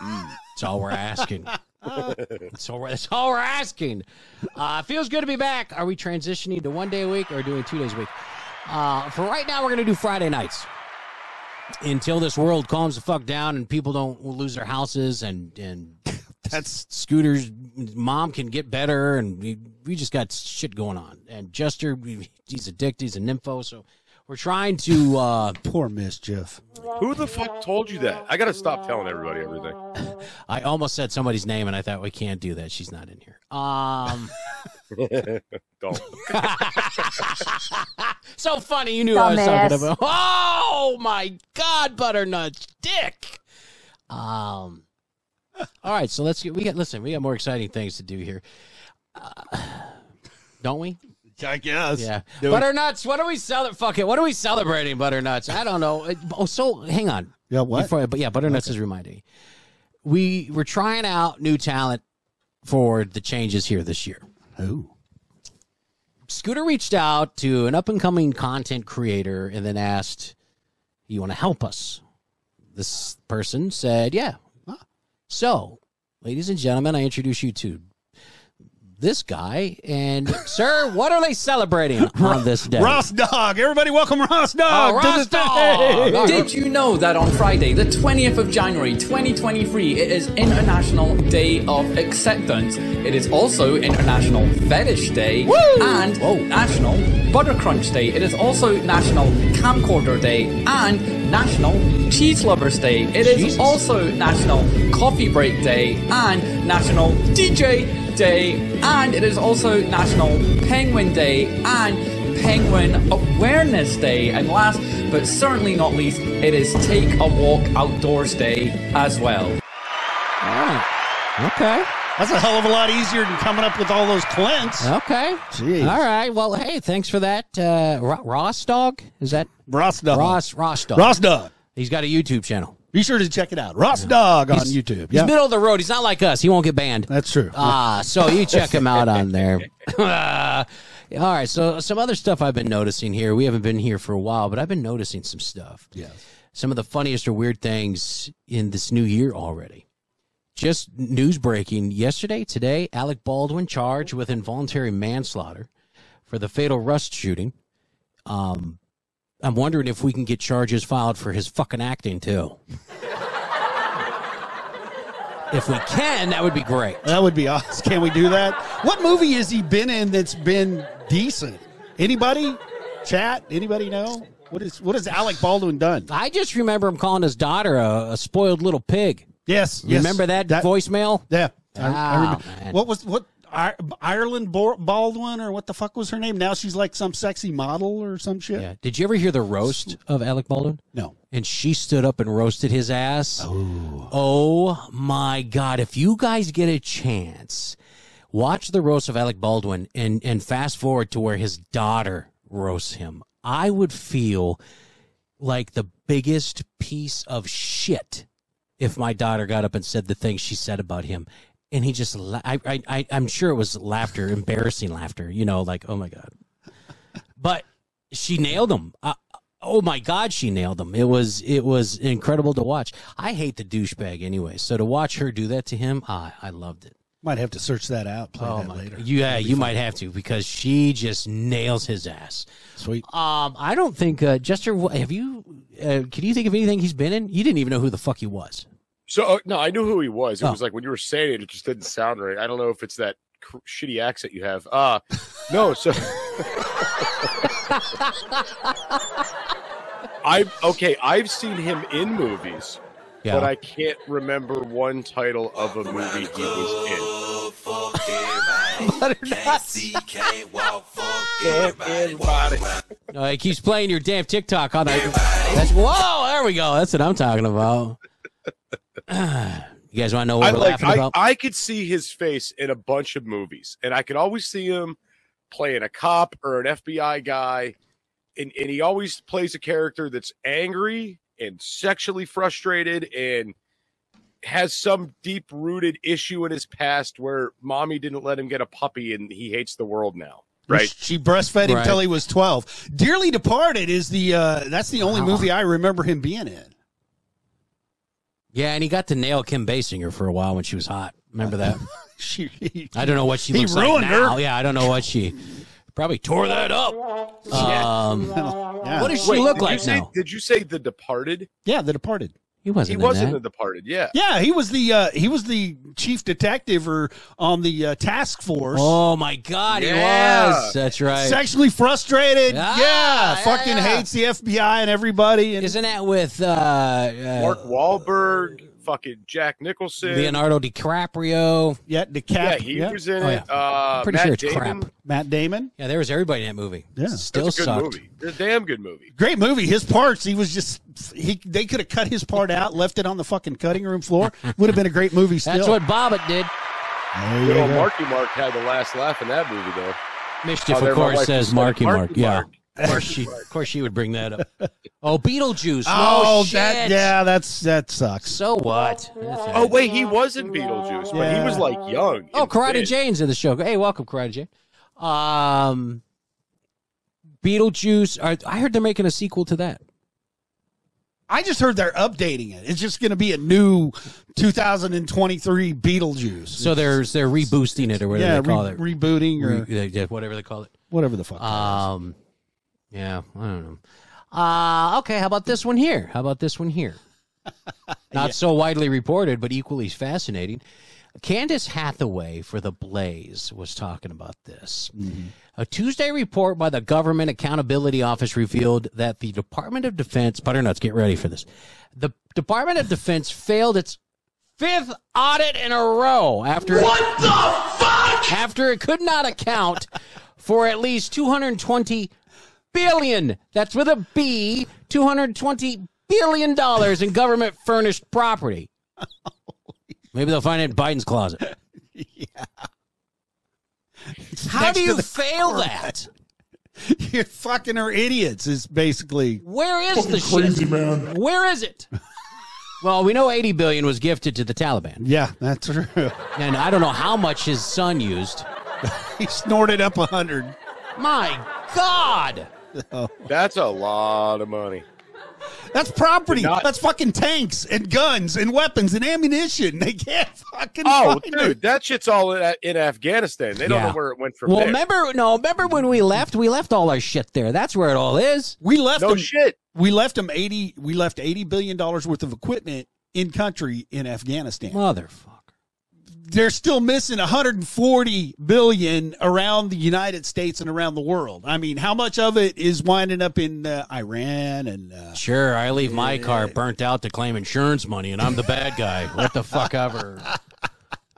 That's all we're asking. that's, all we're, that's all we're asking. Uh, feels good to be back. Are we transitioning to one day a week or doing two days a week? Uh, for right now, we're going to do Friday nights until this world calms the fuck down and people don't lose their houses and and
That's-
Scooter's mom can get better and we, we just got shit going on. And Jester, we, he's addicted. He's a nympho. So we're trying to. Uh,
poor mischief.
Who the fuck told you that? I gotta stop telling everybody everything.
I almost said somebody's name, and I thought we can't do that. She's not in here. Um,
Don't.
so funny. You knew I was talking about. Oh my God, butternut dick. Um. All right, so let's get. We got listen. We got more exciting things to do here, uh, don't we?
I guess.
Yeah.
Do it.
Butternuts. What are we celebrating? Fuck it. What are we celebrating? Butternuts. I don't know. It- Oh, so hang on.
Yeah. What?
Before I- but yeah, Butternuts is reminding me. We were trying out new talent for the changes here this year.
Ooh.
Scooter reached out to an up and coming content creator and then asked, You want to help us? This person Ah. said, Yeah. So, ladies and gentlemen, I introduce you to this guy. And, sir, what are they celebrating on this day?
Ross Dog. Everybody, welcome Ross Dog.
Oh,
to
Ross
the stage.
Dog.
Did you know that on Friday, the 20th of January 2023, it is International Day of Acceptance? It is also International Fetish Day and National Butter Crunch Day. It is also National Camcorder Day and National Cheese Lovers Day. It is also National Coffee Break Day and National DJ Day. And it is also National Penguin Day and Penguin Awareness Day, and last but certainly not least, it is Take a Walk Outdoors Day as well.
Okay.
That's a hell of a lot easier than coming up with all those clints.
Okay.
Jeez.
All right. Well, hey, thanks for that. Uh, Ro- Ross Dog? Is that?
Ross Dog.
Ross, Ross Dog.
Uh-huh. Ross Dog.
He's got a YouTube channel.
Be sure to check it out. Ross Dog on YouTube.
He's
Yeah.
middle of the road. He's not like us. He won't get banned.
That's true.
Ah, so you check him out on there. Ah. all right. So some other stuff I've been noticing here. We haven't been here for a while, but I've been noticing some stuff.
Yes.
Some of the funniest or weird things in this new year already. Just news breaking yesterday, today, Alec Baldwin charged with involuntary manslaughter for the fatal Rust shooting. Um, I'm wondering if we can get charges filed for his fucking acting too. if we can, that would be great.
That would be awesome. Can we do that? What movie has he been in that's been decent? Anybody? Chat? Anybody know? What is what has Alec Baldwin done?
I just remember him calling his daughter a, a spoiled little pig.
Yes.
You
yes.
Remember that, voicemail?
Yeah. I, I
Oh,
remember.
man.
What was what I- Ireland Bo- Baldwin or what the fuck was her name? Now she's like some sexy model or some shit.
Yeah. Did you ever hear the roast of Alec Baldwin?
No.
And she stood up and roasted his ass. Oh. my God. If you guys get a chance, watch the roast of Alec Baldwin and, and fast forward to where his daughter roasts him. I would feel like the biggest piece of shit if my daughter got up and said the thing she said about him. And he just, la- I, I, I, I'm sure it was laughter, embarrassing laughter, you know, like, oh my God. But she nailed him. Uh, oh my God, she nailed him. It was, it was incredible to watch. I hate the douchebag anyway. So to watch her do that to him, I, I loved it.
Might have to search that out. Play
Oh
that
my
later.
God. Yeah, you might have to because she just nails his ass.
Sweet.
Um, I don't think uh, Jester. wh- Have you? Uh, can you think of anything he's been in? You didn't even know who the fuck he was.
So uh, no, I knew who he was. It
Oh.
was like when you were saying it, it just didn't sound right. I don't know if it's that cr- shitty accent you have. Uh no. So I okay. I've seen him in movies, but I can't remember one title of a movie he was
No, he keeps playing your damn TikTok on that. That's, whoa, there we go. That's what I'm talking about. you guys want to know
in.
what
I
we're
like.
laughing
I,
about?
I could see his face in a bunch of movies, and I could always see him playing a cop or an FBI guy, and and he always plays a character that's angry and sexually frustrated and has some deep rooted issue in his past where mommy didn't let him get a puppy and he hates the world now. Right.
She breastfed him
Right.
till he was twelve. Dearly Departed is the uh, that's the only movie I remember him being in.
yeah, and he got to nail Kim Basinger for a while when she was hot. Remember that?
She,
I don't know what she
He
looks
ruined
like
her.
now. Yeah, I don't know what she probably tore that up. Um,
yeah.
What does she look
did you
like
say-
now?
Did you say The Departed?
yeah, The Departed.
He wasn't.
He
in
wasn't
that.
The Departed. Yeah.
Yeah, he was the uh, he was the chief detective or on the uh, task force.
Oh my God,
Yeah.
he was. That's right.
Sexually frustrated.
Ah,
yeah,
yeah,
fucking
yeah.
hates the FBI and everybody. And
Isn't that with uh, uh,
Mark Wahlberg, fucking Jack Nicholson.
Leonardo DiCaprio?
yeah, the
yeah,
cap.
he
yeah,
was in
Oh,
it.
yeah.
Uh,
I'm pretty
Matt
sure it's
Damon.
crap.
Matt Damon.
Yeah, there was everybody in that movie.
Yeah.
still
That's a good
sucked.
movie. It's a damn good movie.
Great movie. His parts, he was just he. They could have cut his part out, left it on the fucking cutting room floor. Would have been a great movie. Still,
That's what Bobbitt did.
There you
Good old
go.
Marky Mark had the last laugh in that movie, though.
Mischief,
Oh, there
of
my
course,
wife
says
just
Marky
said,
Mark. Yeah, Oh, of course, she, of course she would bring that up. Oh, Beetlejuice.
Oh,
oh shit.
that yeah, that's that sucks.
So what? That's all
Oh
right.
wait, he was in Beetlejuice, but he was
Yeah.
like young.
Oh,
and
Karate
thin.
Jane's in the show. Hey, welcome, Karate Jane. Um, Beetlejuice. Are, I heard they're making a sequel to that.
I just heard they're updating it. It's just going to be a new 2023 Beetlejuice.
So there's they're reboosting it or whatever
yeah,
they call
re-
it.
rebooting or Uh,
Re- yeah, whatever they call it.
whatever the fuck.
Um, yeah, I don't know. Uh, okay, how about this one here? How about this one here? Not so widely reported, but equally fascinating. Candace Hathaway for The Blaze was talking about this. A Tuesday report by the Government Accountability Office revealed that the Department of Defense, butternuts, get ready for this. The Department of Defense failed its fifth audit in a row after what the fuck after it could not account for at least 220 billion that's with a b 220 billion dollars in government furnished property maybe they'll find it in biden's closet how do
Next to
you
the
fail
Corvette.
that
You're fucking are idiots. Is basically
where is the crazy man where is it well we know 80 billion was gifted to the taliban
yeah, that's true.
and i don't know how much his son used
he snorted up a hundred.
my god
That's a lot of money.
That's property.
Not-
That's fucking tanks and guns and weapons and ammunition. They can't fucking.
Oh,
find
dude,
it.
that shit's all in, uh, in Afghanistan. They don't
Yeah.
know where it went from
Well,
there.
remember, no, remember when we left? We left all our shit there. That's where it all is.
we left
no
them.
shit.
we left them eighty. We left eighty billion dollars worth of equipment in country in Afghanistan.
Motherfucker.
They're still missing one hundred and forty billion around the United States and around the world. I mean, how much of it is winding up in uh, Iran and? Uh,
Sure, I leave my car burnt out to claim insurance money, and I'm the bad guy. What the fuck ever.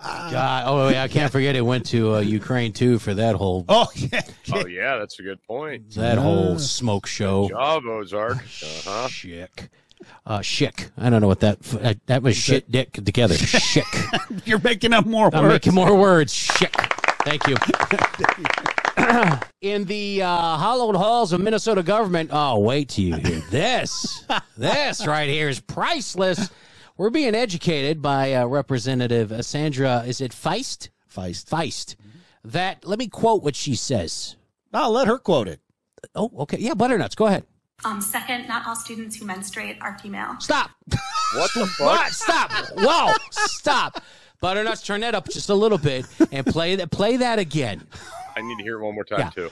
God. Oh, yeah, I can't forget it went to uh, Ukraine too for that whole
oh yeah.
Oh yeah, that's a good point.
that whole smoke show.
Job Ozark. Uh-huh.
Shick. Uh, shick. I don't know what that f- uh, that was. Shit, dick together. Shick.
You're making up more
I'm
words.
making more words. Shit. Thank you. In the uh, hollowed halls of Minnesota government. Oh, wait till you hear this. this right here is priceless. We're being educated by uh, Representative uh, Sandra. Is it Feist?
Feist.
Feist. That let me quote what she says.
I'll let her quote it.
Oh, okay. Yeah, butternuts. Go ahead.
Um, second, not all students who menstruate are female.
Stop.
What the fuck?
What? Stop. Whoa. Stop. Butternuts, turn that up just a little bit and play that. Play that again.
I need to hear it one more time
Yeah.
too.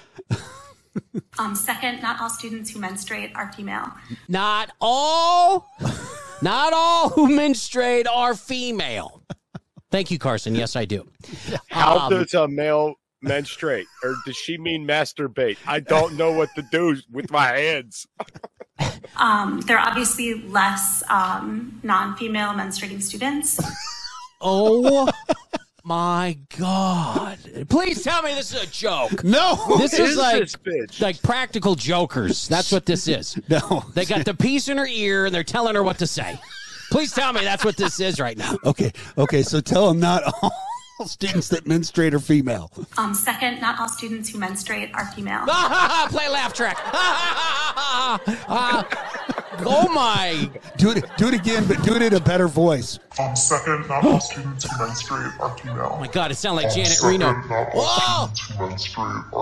Um, second, not all students who menstruate are female.
Not all, not all who menstruate are female. Thank you, Carson. Yes, I do.
How
Um,
does a male menstruate, or does she mean masturbate? I don't know what to do with my hands.
Um, there are obviously less um, non-female menstruating students.
Oh my God! Please tell me this is a joke.
No.
This is
is
like
this bitch?
like practical jokers. That's what this is.
No.
They got the piece in her ear and they're telling her what to say. Please tell me that's what this is right now.
Okay. Okay. So tell them not all students that menstruate are female.
Um, second, not all students who menstruate are female.
Play laugh track. Uh, oh my
Do it. Do it again, but do it in a better voice.
Um, second, not all students who menstruate are female.
Oh my god, it sounded like
Um,
Janet
second,
Reno.
Not all
Whoa!
students who menstruate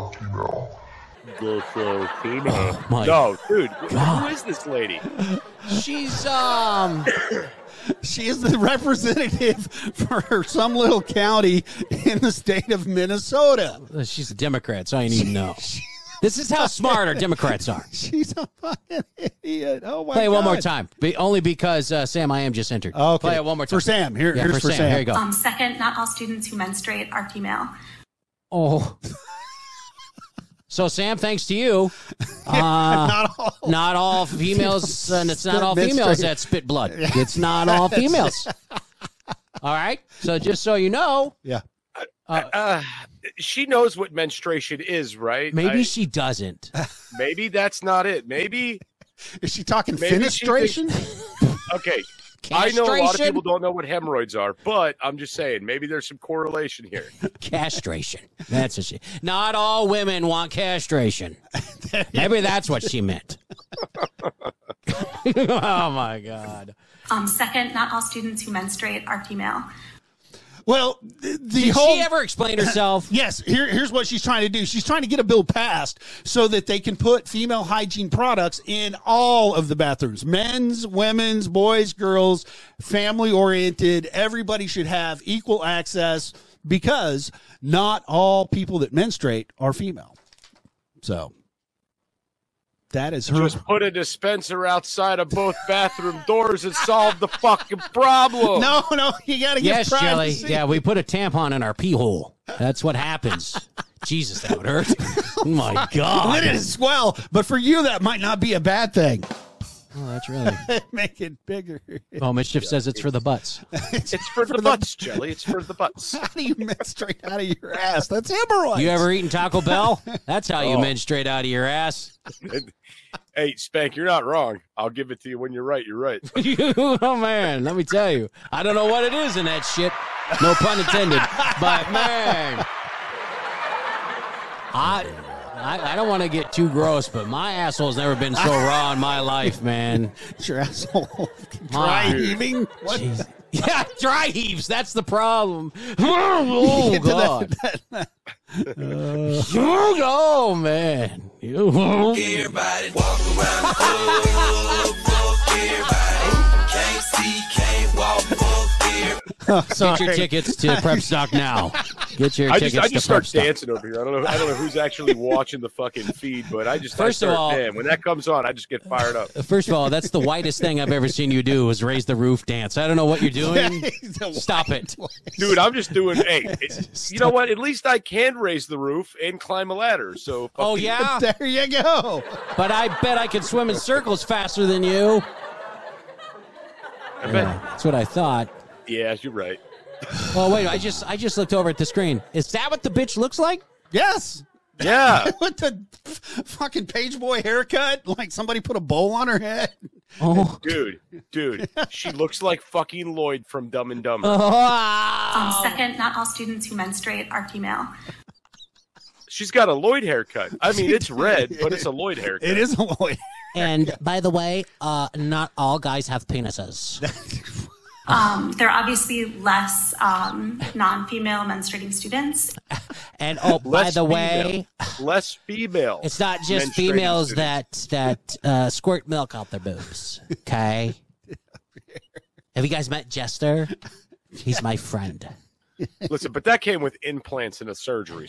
are female.
Oh my
no, dude, who is this lady?
She's um
She is the representative for some little county in the state of Minnesota.
she's a Democrat, so I didn't even know. This is how smart our Democrats are.
She's a fucking idiot. Oh my
Play it
god. Oh,
one more time. Be, only because uh, Sam I am just entered.
Okay.
Play it one more time.
For Sam. Here- here's for Sam.
Here you go.
Um, second, not all students who menstruate are female.
oh. So Sam, thanks to you,
Not all.
not all females, and it's not all females that spit blood. It's not all females. All right. So just so you know,
Yeah.
Uh, she knows what menstruation is, right?
maybe
I-
she doesn't.
maybe that's not it. Maybe
Is she talking
Maybe she
fenestration?
okay. I know a lot of
Castration?
people don't know what hemorrhoids are, but I'm just saying maybe there's some correlation here.
castration. That's what she. Not all women want castration. Maybe that's what she meant. oh my god!
Um, second, not all students who menstruate are female.
Well, th- the
Did she
whole,
ever explain herself?
yes. Here, here's what she's trying to do. She's trying to get a bill passed so that they can put female hygiene products in all of the bathrooms: men's, women's, boys, girls, family-oriented. Everybody should have equal access because not all people that menstruate are female. So that is her.
Just put a dispenser outside of both bathroom doors and solve the fucking problem.
No, no, you gotta
Yes, Jelly. Yeah, we put a tampon in our pee hole. That's what happens. Jesus, that would hurt. Oh my God.
It is well, but for you that might not be a bad thing.
Oh, that's really.
Make it bigger.
Well, Mischief says it's for the butts.
It's for, the butts, Jelly. It's for the butts.
How do you menstruate out of your ass? That's hemorrhoids.
You ever eaten Taco Bell? That's how you
Oh.
menstruate out of your ass.
hey, Spank, you're not wrong. I'll give it to you when you're right. You're right.
oh man, let me tell you. I don't know what it is in that shit. No pun intended. But man. I I, I don't want to get too gross, but my asshole's never been so raw in my life, man.
your asshole?
My-
Dry heaving? What?
Jeez. Yeah, dry heaves. That's the problem. oh
Get to
god.
that- that-
oh man.
Everybody walk around the club, fuck everybody. Can't see, can't walk, fuck everybody.
Oh,
Get
sorry.
your tickets to prep stock now. Get your
I
tickets
just, I
to
just
prep
start
stock.
dancing over here. I don't know. I don't know who's actually watching the fucking feed, but I just I
First of
start-
all-
man, when that comes on, I just get fired up.
First of all, that's the whitest thing I've ever seen you do is raise the roof dance. I don't know what you're doing. Stop it.
Dude, I'm just doing. Hey, it- you know what? At least I can raise the roof and climb a ladder. So, fuck
Oh
you.
yeah,
There you go.
but I bet I could swim in circles faster than you.
I
Yeah,
bet-
that's what I thought.
yeah, you're right.
Oh wait, I just I just looked over at the screen. Is that what the bitch looks like?
Yes.
Yeah,
What the f- fucking page boy haircut? Like somebody put a bowl on her head?
Oh,
dude, dude, she looks like fucking Lloyd from Dumb and Dumber.
Uh,
Um,
wow.
Second, not all students who menstruate are female.
She's got a Lloyd haircut. I mean, it's red, but it's a Lloyd haircut.
It is a lawyer.
And by the way, uh, not all guys have penises.
Um, there are obviously less um, non-female menstruating students.
And oh, by
Less
the
female.
way,
less female.
it's not just
menstruating
females
students.
that that uh, squirt milk out their boobs. Okay. Have you guys met Jester? He's my friend.
Listen, but that came with implants and a surgery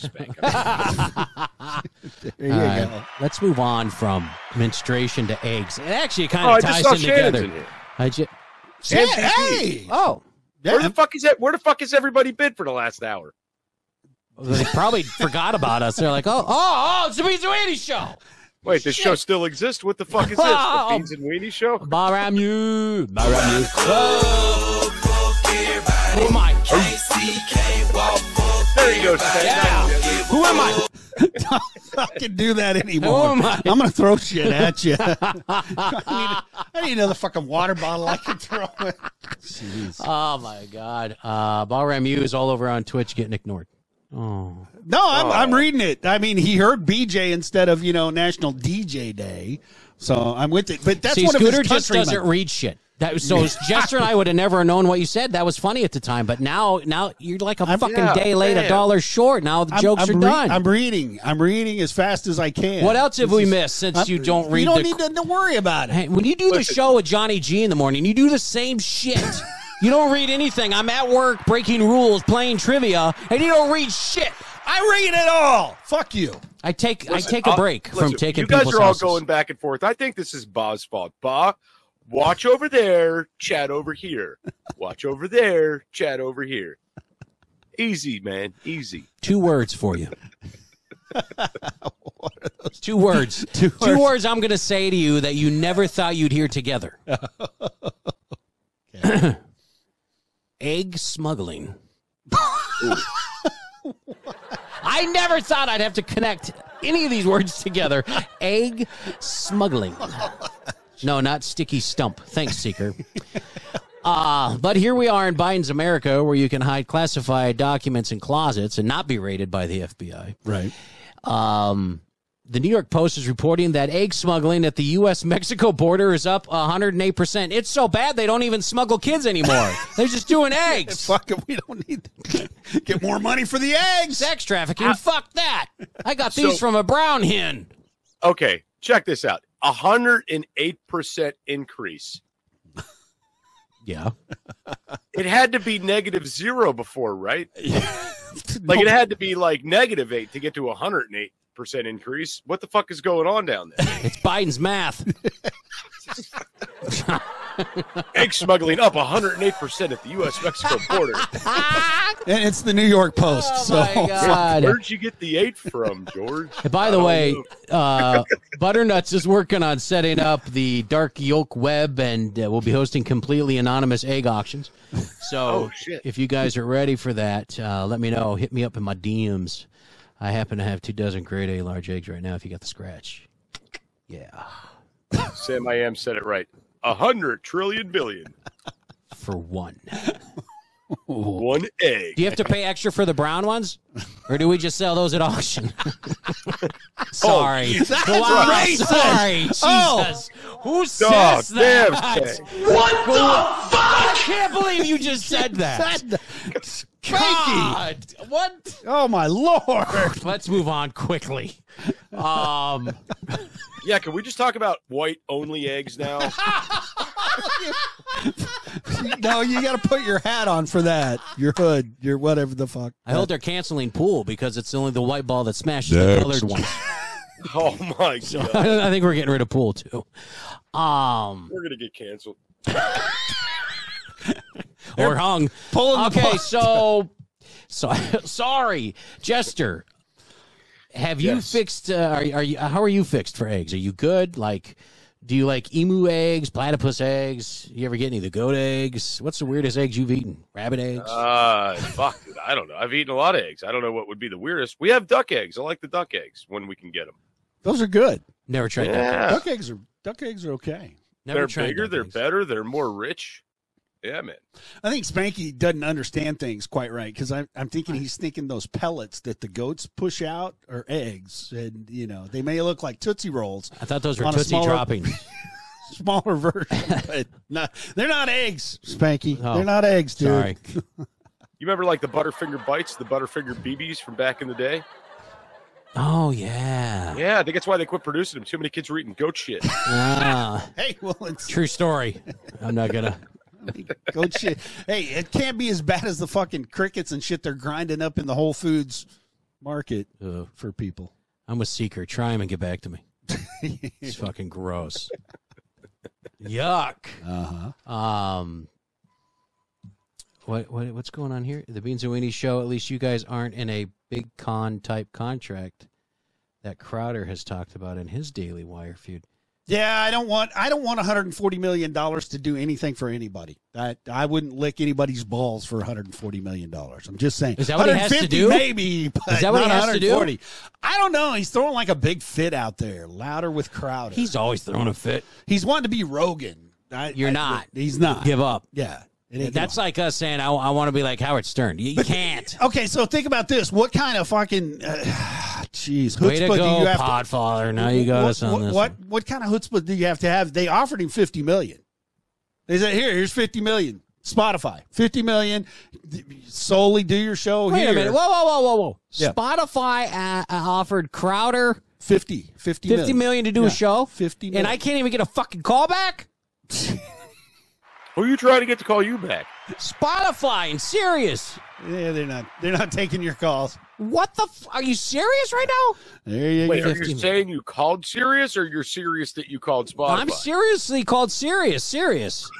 spank. I mean,
There you
Uh,
go.
Let's move on from menstruation to eggs. It actually kind
oh, I
of
just
ties
saw
in
Shannon's
together.
in here.
I ju-
Shit,
MVP.
hey.
oh,
Where
Yeah,
the fuck is that? Where the fuck has everybody been for the last hour?
they probably forgot about us. They're like, oh, oh, oh, it's the Beans and Weenie show.
Wait, this show still exists? What the fuck is this? The Beans and Weenie show?
Baram you, Baram you. Oh my
Can't see, can't walk, fuck
There you go, Stan.
Yeah. Who am I?
fucking do that anymore.
Who am I?
I'm gonna throw shit at you. I, need, I need another fucking water bottle I can throw. It.
Oh my God. Uh, Baram you is all over on Twitch getting ignored. Oh.
No, I'm, I'm reading it. I mean, he heard BJ instead of you know National DJ Day, so I'm with it. But that's
See,
one
Scooter
of his
just doesn't
countrymen.
read shit. That was, so Jester and I would have never known what you said. That was funny at the time, but now now you're like a
I'm-
fucking
yeah,
day late, a
man.
dollar short. Now the jokes
I'm,
are
I'm re-
done.
I'm reading. I'm reading as fast as I can.
What else have
This
we
is-
missed since
I'm-
you don't read
You don't
the-
need to, to worry about it.
Hey, when you do the show with Johnny G in the morning, you do the same shit. you don't read anything. I'm at work breaking rules, playing trivia, and you don't read shit.
I read it all. Fuck you.
I take I
Listen,
take a
I'll-
break
Uh, listen,
from taking
You guys
people's
are all
houses.
going back and forth. I think this is Ba's fault. Ba, watch over there, chat over here. Watch over there, chat over here. Easy, man. Easy.
Two words for you. Two words.
Two
Two,
words.
words. I'm going to say to you that you never thought you'd hear together. Egg smuggling. I never thought I'd have to connect any of these words together. Egg smuggling. No, not sticky stump. Thanks, Seeker. Uh, but here we are in Biden's America where you can hide classified documents in closets and not be raided by the FBI.
Right.
Um, The New York Post is reporting that egg smuggling at the U.S. Mexico border is up 108%. It's so bad they don't even smuggle kids anymore. They're just doing eggs.
Fuck it, we don't need Get more money for the eggs.
Sex trafficking. Fuck that. I got these
So-
from a brown hen.
Okay, check this out. hundred and eight percent increase.
Yeah.
It had to be negative zero before, right? like it had to be like negative eight to get to hundred and eight percent increase. What the fuck is going on down there?
It's Biden's math.
Egg smuggling up hundred and eight percent at the U.S. Mexico border.
And it's the New York Post. so
Oh, my God.
Where'd you get the eight from, George?
And by the way,
Oh,
uh, Butternuts is working on setting up the dark yolk web, and uh, we'll be hosting completely anonymous egg auctions. So,
Oh, shit.
if you guys are ready for that, uh, let me know. Hit me up in my DMs. I happen to have two dozen grade A large eggs right now. If you got the scratch, yeah,
Sam I am said it right. A hundred trillion billion.
for one.
One egg.
Do you have to pay extra for the brown ones, or do we just sell those at auction? sorry,
Oh, that's
Wow,
racist.
sorry, Jesus.
Oh.
Who
Dog,
says that?
damn thing. What the
fuck? I can't believe you just said that.
Said that.
God, what?
Oh my lord!
Let's move on quickly. Um,
Yeah, can we just talk about white only eggs now?
no, you got to put your hat on for that. Your hood, your whatever the fuck.
I hope they're canceling pool because it's only the white ball that smashes the
Next.
colored one.
oh my god.
I think we're getting rid of pool too. Um,
We're gonna get canceled.
or hung.
Pulling the
okay,
plug.
so, so sorry, Jester. Have you
Yes.
fixed? Uh, are, are you? How are you fixed for eggs? Are you good? Like, do you like emu eggs, platypus eggs? You ever get any of the goat eggs? What's the weirdest eggs you've eaten? Rabbit eggs?
Uh fuck. dude, I don't know. I've eaten a lot of eggs. I don't know what would be the weirdest. We have duck eggs. I like the duck eggs when we can get them.
Those are good.
Never tried
Yeah.
that.
Duck eggs are duck eggs are okay.
Never
Uh, they're
tried
bigger.
duck
They're
eggs.
better. They're more rich. Yeah, man.
I think Spanky doesn't understand things quite right because I'm I'm thinking he's thinking those pellets that the goats push out are eggs, and you know they may look like tootsie rolls,
I thought those were
On a
tootsie
smaller-
dropping.
smaller version, but not they're not eggs, Spanky.
Oh,
they're not eggs, dude.
sorry.
You remember like the Butterfinger bites, the Butterfinger BBs from back in the day?
Oh yeah.
Yeah, I think that's why they quit producing them. Too many kids were eating goat shit.
Ah,
Hey, well, it's
true story. I'm not gonna.
goat shit. Hey, it can't be as bad as the fucking crickets and shit they're grinding up in the Whole Foods market
uh,
for people.
I'm a seeker. Try him and get back to me. It's fucking gross. Yuck.
Uh huh.
Um, what what what's going on here? The Beans and Weenie show. At least you guys aren't in a big con type contract that Crowder has talked about in his Daily Wire feud.
Yeah, I don't want I don't want 140 million dollars to do anything for anybody. That I wouldn't lick anybody's balls for 140 million dollars. I'm just saying.
Is that what he has to
150
do?
Maybe. But
that what he
not
has to do?
140. I don't know. He's throwing like a big fit out there, louder with Crowder. He's,
He's always throwing a fit.
wanting to be Rogan. I-
You're
I-
not.
He's not.
Give up.
Yeah. It ain't
That's like us saying I, I want to be like Howard Stern. You, you can't.
Okay, so think about this. What kind of fucking uh, jeez,
Way to
chutzpah do
go,
you have to-
Podfather. now you got
what,
us on
what,
this.
What
one.
what kind of chutzpah do you have to have? They offered him fifty million. They said, "Here, here's fifty million. Spotify, fifty million. Solely do your show
Wait
here.
a minute. Whoa, whoa, whoa, whoa, whoa.
Yeah.
Spotify uh, uh, offered Crowder
50, 50
fifty million to do
Yeah,
a show,
50
and I can't even get a fucking call back.
Who are you trying to get to call you back?
Spotify and Sirius.
Yeah, they're not. They're not taking your calls.
What the? F- are you serious right now?
There you
Wait,
go.
are you
15.
saying you called serious, or you're serious that you called Spotify?
I'm seriously called Sirius. Serious.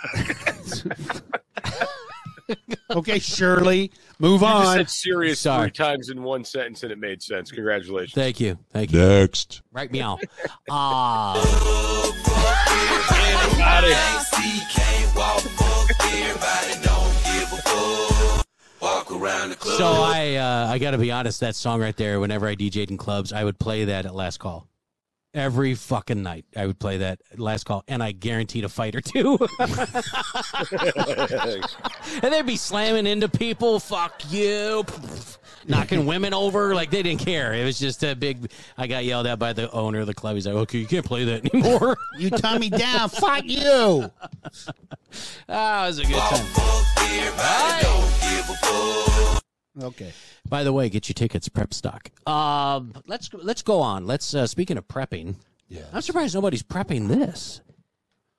Okay, Shirley, move
You just
on.
said serious
Oh, Sorry.
three times in one sentence, and it made sense. Congratulations.
Thank you. Thank you.
Next.
Right meow. Ah,
Everybody.
Can't see, can't walk, fuck everybody, don't give a fuck. Walk around the club.
so I uh, I got to be honest. That song right there. Whenever I DJ'd in clubs, I would play that at last call. Every fucking night, I would play that last call, and I guaranteed a fight or two. and they'd be slamming into people, fuck you, knocking women over. Like they didn't care. It was just a big. I got yelled at by the owner of the club. He's like, okay, you can't play that anymore.
you tie me down. Fuck you.
Ah, it was a good time.
Okay.
By the way, get your tickets, prep stock. Um, let's let's go on. Let's uh, speaking of prepping. Yeah. I'm surprised nobody's prepping this.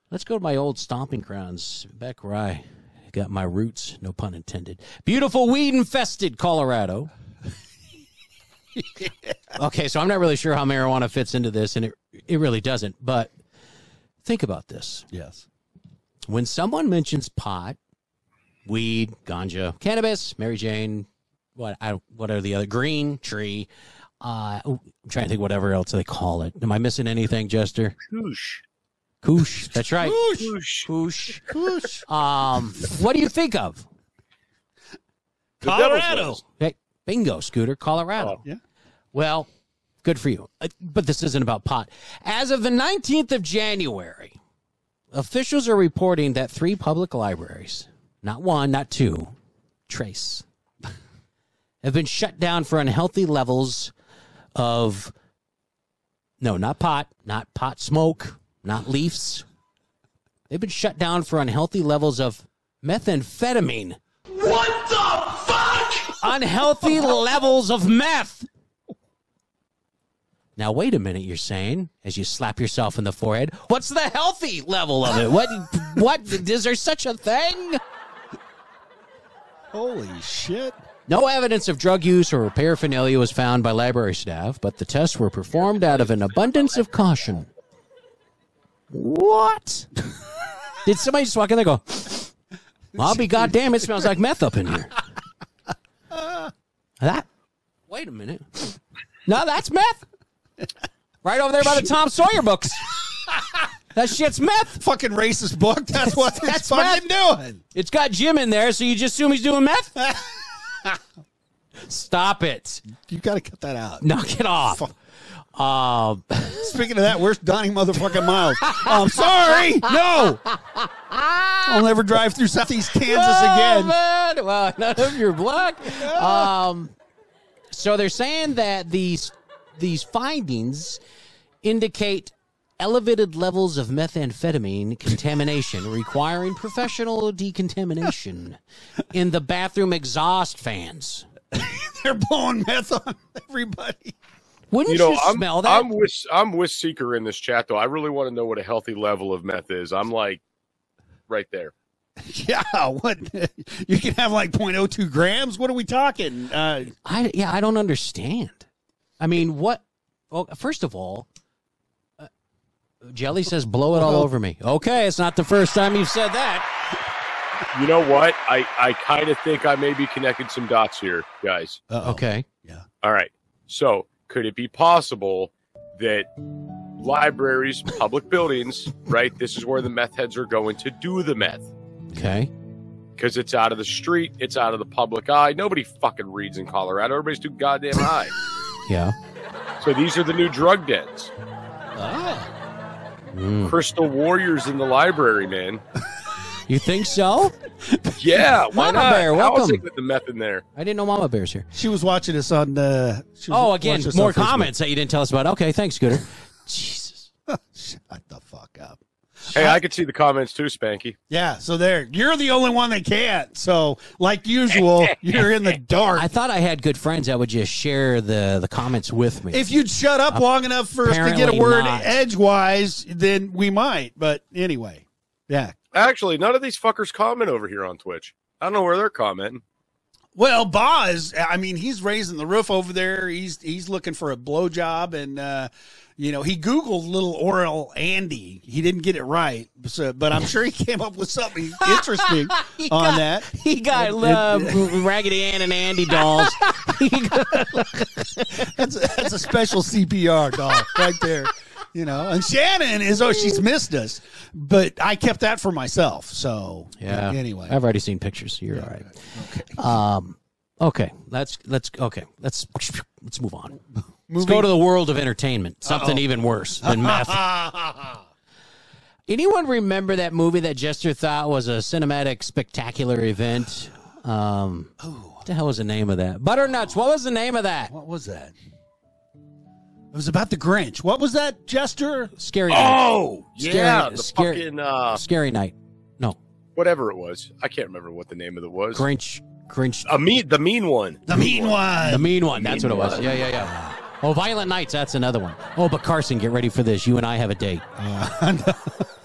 Let's go to my old stomping grounds, back where I got my roots. No pun intended. Beautiful weed infested Colorado. okay, so I'm not really sure how marijuana fits into this, and it it really doesn't. But think about this:
Yes.
when someone mentions pot, weed, ganja, cannabis, Mary Jane, what I what are the other green tree? Uh, I'm trying to think whatever else they call it. Am I missing anything, Jester?
Whoosh.
Koosh. That's right.
Koosh.
Koosh. Um, what do you think of?
The devil's lettuce.
Hey, bingo, Scooter, Colorado.
yeah.
Well, good for you. Uh, But this isn't about pot. As of the 19th of January, officials are reporting that three public libraries, not one, not two, Trace, have been shut down for unhealthy levels of no, not pot, not pot smoke, not leaves. They've been shut down for unhealthy levels of methamphetamine.
What the fuck?
unhealthy levels of meth. Now, wait a minute, you're saying, as you slap yourself in the forehead, what's the healthy level of it? What, what, is there such a thing?
Holy shit.
No evidence of drug use or paraphernalia was found by library staff, but the tests were performed out of an abundance of caution. What? Did somebody just walk in there and go, I'll be goddamn, it smells like meth up in here. That, wait a minute. No, that's meth. Right over there by the Tom Sawyer books. That shit's meth.
Fucking racist book. That's what it's
That's
fucking doing.
It's got Jim in there, so you just assume he's doing meth? Stop it.
You got to cut that out.
Knock it off. Um,
Speaking of that, where's Donnie motherfucking Miles? I'm sorry. No. I'll never drive through Southeast Kansas
Oh,
again.
man. Well, none of your block. Um, so they're saying that these these findings indicate elevated levels of methamphetamine contamination requiring professional decontamination in the bathroom exhaust fans.
They're blowing meth on everybody.
Wouldn't
You
you,
know, I'm,
smell that?
I'm with I'm with Seeker in this chat though. I really want to know what a healthy level of meth is. I'm like right there.
Yeah, what? You can have like 0.02 grams. What are we talking? Uh,
I yeah, I don't understand. I mean, what? Well, first of all, uh, Jelly says, "Blow it all over me." Okay, it's not the first time you've said that.
You know what? I I kind of think I may be connecting some dots here, guys.
Okay,
All right. So, could it be possible that libraries, public buildings, right? This is where the meth heads are going to do the meth
okay.
because it's out of the street, it's out of the public eye. Nobody fucking reads in Colorado. Everybody's too goddamn high.
Yeah.
So these are the new drug dens.
Mm.
Crystal Warriors in the library, man.
You think so?
Yeah, why
Mama
not?
Bear,
How else
welcome.
they put the meth in there.
I didn't know Mama Bear's here.
She was watching us on the. she was
Oh, again,
watching us
more
on Facebook.
comments that you didn't tell us about. Okay, thanks, Scooter. Jesus.
Shut the fuck up.
Hey, I could see the comments too, Spanky.
Yeah, so there. You're the only one that can't. So, like usual, you're in the dark.
I thought I had good friends that would just share the the comments with me.
if you'd shut up long enough for us to get a
Apparently
word
not.
edgewise, then we might. But anyway, yeah.
Actually, none of these fuckers comment over here on Twitch. I don't know where they're commenting.
Well, Boz, I mean, he's raising the roof over there. He's he's looking for a blowjob, and uh, you know, he googled little oral Andy. He didn't get it right, so, but I'm sure he came up with something interesting
He
on
got-
that.
He got uh, Raggedy Ann and Andy dolls.
That's a, that's a special CPR dog right there. You know, and Shannon is oh she's missed us, but I kept that for myself. So
Yeah.
anyway,
I've already seen pictures. You're all right. Okay. Um, okay. Let's let's okay. Let's let's move on. Let's go to the world of entertainment. Something even worse than
Uh,
meth. Anyone remember that movie that Jester thought was a cinematic spectacular event? Um, what the hell was the name of that? Butternuts. What was the name of that?
What was that? It was about the Grinch. What was that, Jester?
Scary.
Oh,
Scary-
yeah, the
scary-
fucking uh,
Scary Night. No,
whatever it was. I can't remember what the name of it was.
Grinch. Grinch.
A mean, the mean one.
The mean
Uh,
one.
The mean one. That's what it was. Yeah, yeah, yeah. Oh, Violent Nights. That's another one. Oh, but Carson, get ready for this. You and I have a date.
It's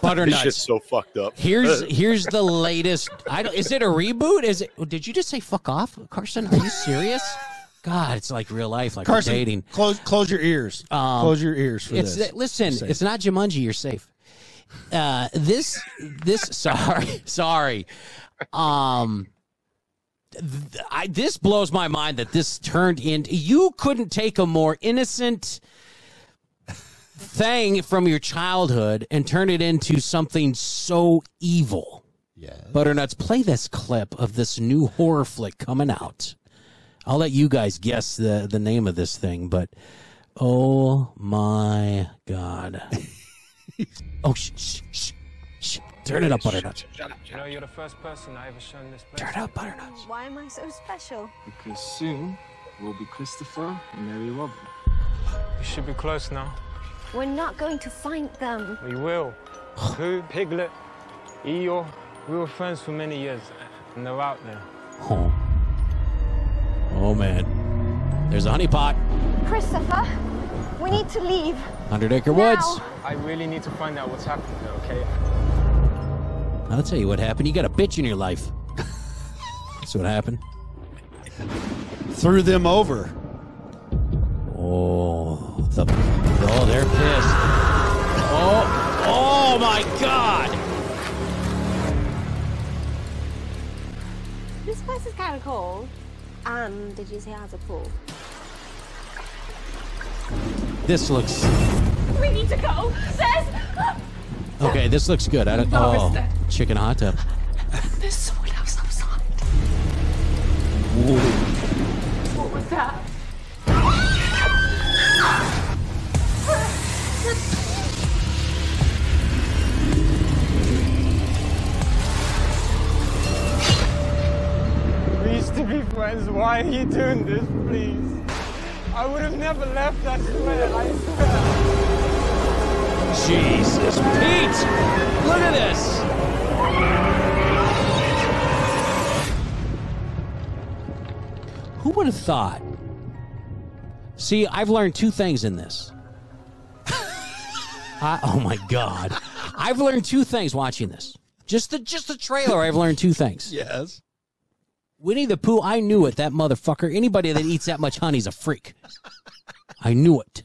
Butternuts.
just so fucked up.
Here's
Uh,
here's the latest. I don't, is it a reboot? Is it? Did you just say fuck off, Carson? Are you serious? God, it's like real life, like we're
Carson,
dating.
close close your ears.
Um,
close your ears for
it's,
this.
Listen,
Safe.
it's not Jumanji. You're safe. Uh, this this sorry sorry. Um, th- I, this blows my mind that this turned into. You couldn't take a more innocent thing from your childhood and turn it into something so evil. Yeah. Butternuts, play this clip of this new horror flick coming out. I'll let you guys guess the, the name of this thing, but oh my god. oh, shh, shh, shh, shh. Turn it up, Butternuts.
You know, you're the first person I ever shown this place.
Turn up, Butternuts.
Why am I so special?
Because soon we'll be Christopher and Mary Robin. We should be close now.
We're not going to find them.
We will. Who, Piglet, Eeyore, we were friends for many years, and they're out there.
Oh. oh man. There's a honeypot,
Christopher, we need to leave.
100 Acre Woods.
I really need to find out what's happening here, okay?
I'll tell you what happened. You got a bitch in your life. That's what happened.
Threw them over.
Oh, the, oh, they're pissed. Oh, oh my God!
This place is kind of cold. And did you say has a pool?
This looks
We need to go. Says.
okay. This looks good. I don't. Oh, chicken hot tub.
There's someone else outside.
What was that?
We used to be friends. Why are you doing this, please? I would have never left, I swear, I swear.
Jesus, Pete! Look at this. Who would have thought? See, I've learned two things in this. I, oh my God, I've learned two things watching this. Just the just the trailer. I've learned two things.
Yes.
Winnie the Pooh, I knew it. That motherfucker. Anybody that eats that much honey's a freak. I knew it.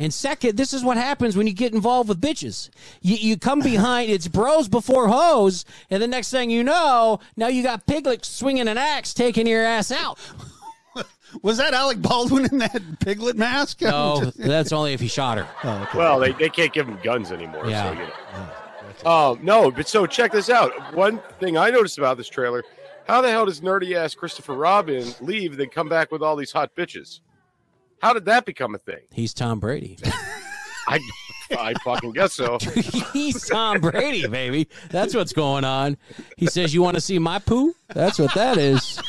And second, this is what happens when you get involved with bitches. You, you come behind, it's bros before hoes, and the next thing you know, now you got Piglet swinging an axe, taking your ass out.
Was that Alec Baldwin in that piglet mask?
No, that's only if he shot her.
Well, they, they can't give them guns anymore.
Yeah.
So, you know. Oh, no. But so check this out. One thing I noticed about this trailer how the hell does nerdy ass Christopher Robin leave, then come back with all these hot bitches? How did that become a thing?
He's Tom Brady.
I, I fucking guess so.
He's Tom Brady, baby. That's what's going on. He says, You want to see my poo? That's what that is.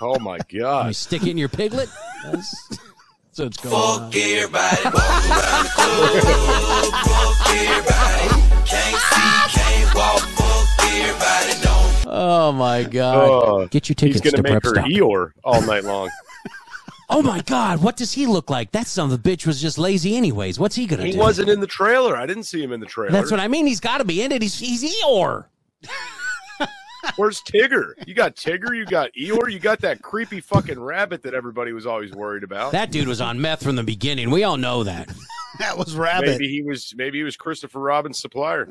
Oh my
You
God.
stick it in your piglet? That's, that's what's going on.
Fuck everybody, walk around the club. Fuck everybody, can't see, can't walk. Fuck everybody, don't
Oh my God! Get your tickets
Uh, Oh, He's
to
going to
Prep
make her
Stop.
Eeyore all night long.
Oh my God! What does he look like? That son of a bitch was just lazy, anyways. What's he gonna
he
do?
wasn't in the trailer. I didn't see him in the trailer.
That's what I mean. He's got to be in it. He's he's Eeyore.
Where's Tigger? You got Tigger, you got Eeyore, you got that creepy fucking rabbit that everybody was always worried about.
That dude was on meth from the beginning. We all know that.
that was rabbit.
maybe he was maybe he was Christopher Robin's supplier.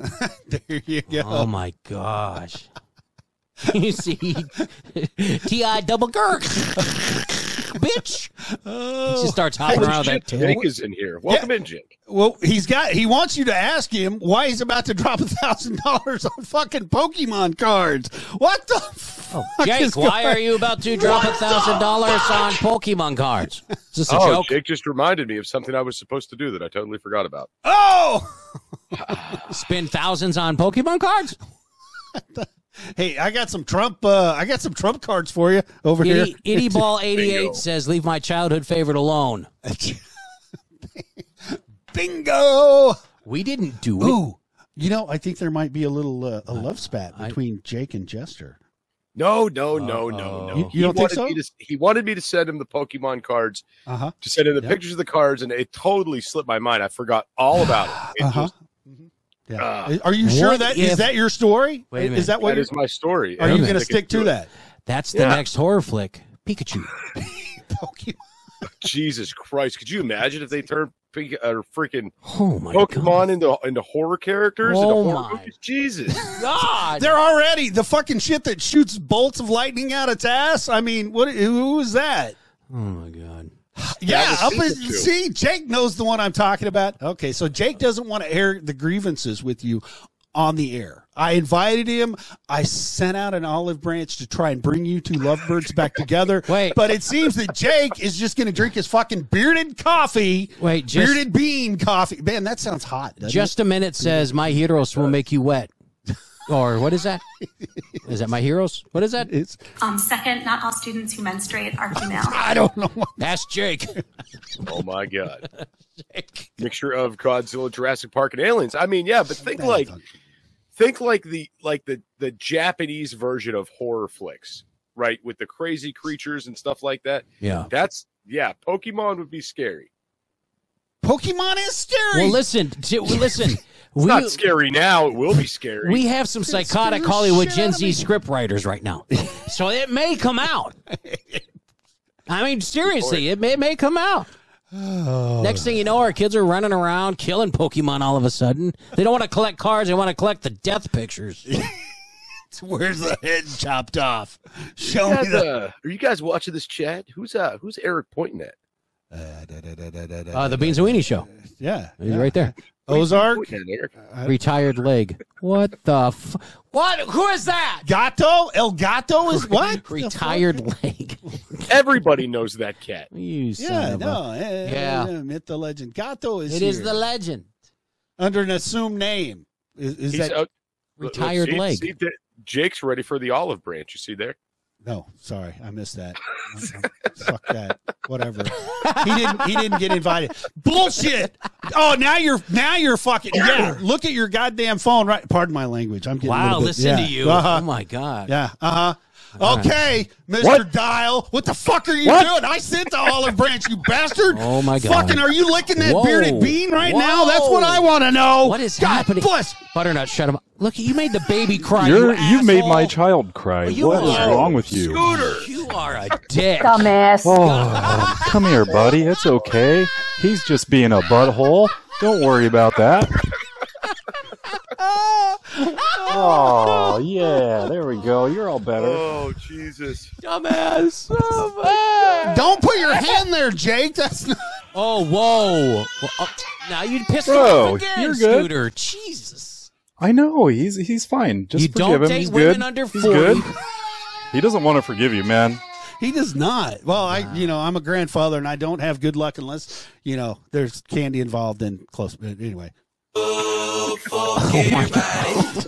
There you go.
Oh my gosh! you see, Ti double girk, bitch. She starts hopping around that
Jake
table.
is in here. Welcome in, Jake.
Well, he's got. He wants you to ask him why he's about to drop a thousand dollars on fucking Pokemon cards. What the? Fuck
Oh, Jake,
is
why
going-
are you about to drop a
What the
thousand dollars on Pokemon cards? Is this a
oh,
joke?
Jake just reminded me of something I was supposed to do that I totally forgot about.
Oh!
Spend thousands on Pokemon cards?
Hey, I got some Trump. Uh, I got some Trump cards for you over
Itty,
here.
Itty Ball 88 says, Leave my childhood favorite alone.
Bingo.
We didn't do it.
Ooh, you know, I think there might be a little uh, a love spat between Jake and Jester.
No, no, no, no,
You-
no.
you
He
don't think
wanted
so?
me to- he wanted me to send him the Pokemon cards,
Uh-huh.
to send him the
Yep.
pictures of the cards, and it totally slipped my mind. I forgot all about it. It
Uh-huh.
just- Ah.
Uh, Are you sure that is that your story?
Wait a minute.
Is that what
That is my story.
Are
and
you
I'm
going to
sticking
stick to
it.
that?
That's
Yeah.
the next horror flick Pikachu.
Jesus Christ! Could you imagine if they turned Pika- uh, freaking
Oh my
Pokemon into into horror characters? into
Oh
horror
my
movies? Jesus!
God.
They're already the fucking shit that shoots bolts of lightning out its ass. I mean, what? Who is that?
Oh my God.
Yeah,
That
up
was
in,
Pikachu.
see, Jake knows the one I'm talking about. Okay, so Jake doesn't want to air the grievances with you on the air. I invited him. I sent out an olive branch to try and bring you two lovebirds back together. Wait, but it seems that Jake is just going to drink his fucking bearded coffee.
Wait, just-
bearded bean coffee. Man, that sounds hot. doesn't
Just
it?
a minute says, My heroes will make you wet. Or what is that? Is that my heroes? What is that?
It's
Um, second, not all students who menstruate are female.
I don't know.
That's Jake.
Oh my God! Mixture of Godzilla, Jurassic Park, and aliens. I mean, yeah, but think like think like the like the the Japanese version of horror flicks, right? With the crazy creatures and stuff like that.
Yeah.
That's yeah. Pokemon would be scary.
Pokemon is scary.
Well, listen, t- well, listen.
It's not scary now. It will be scary.
We have some psychotic Hollywood Gen Z script writers right now. so it may come out. I mean, seriously, it may, it may come out. Next thing you know, our kids are running around killing Pokemon all of a sudden. They don't want to collect cards, they want to collect the death pictures.
Where's the head chopped off? Show
You
me
guys,
the.
uh, are you guys watching this chat? Who's uh who's Eric pointing at?
Uh, the Beans and Weenie Show.
Yeah.
He's right there.
Ozark.
Retired leg. What the f- What? Who is that?
Gato? El Gato is what?
Retired leg.
Everybody knows that cat.
You
Yeah, no. eh, eh,
Yeah.
eh, myth the legend. Gato is
It is
here.
the legend.
Under an assumed name. Is, is
He's
that.
out- look, look,
Retired
see-
leg.
see that- Jake's ready for the olive branch. You see there?
No, sorry. I missed that. Fuck that. Whatever. He didn't he didn't get invited. Bullshit. Oh, now you're now you're fucking yeah. Look at your goddamn phone right. Pardon my language. I'm getting a
Wow,
little bit-
listen
yeah.
to you.
Uh-huh.
Oh my god.
Yeah. Uh huh.
All
Okay, Mr.
Uh-huh. What?
Dial, what the fuck are you
What?
doing? I sent the olive branch, you bastard.
Oh my god.
Fucking, are you licking that
Whoa.
bearded bean right
Whoa.
now? That's what I want to know.
What is
God
happening?
Bless.
Butternut, shut him up. Look, you made the baby cry.
You're,
you
you made my
asshole.
child cry.
You
what is
are-
wrong with you?
You are a dick.
Dumbass.
Oh, come here, buddy. It's okay. He's just being a butthole. Don't worry about that. Oh, yeah. There we go. You're all better.
Oh Jesus!
Dumbass. Oh, my God.
Don't put your hand there, Jake. That's not.
Oh, whoa. Well, oh, now you pissed him
Bro,
off again,
you're good.
Scooter. Jesus.
I know. He's he's fine. Just
You
forgive
don't
him.
date
he's
women
good.
under
He's
40.
good. He doesn't want to forgive you, man.
He does not. Well, I, you know, I'm a grandfather and I don't have good luck unless, you know, there's candy involved in close. but Anyway,
Can't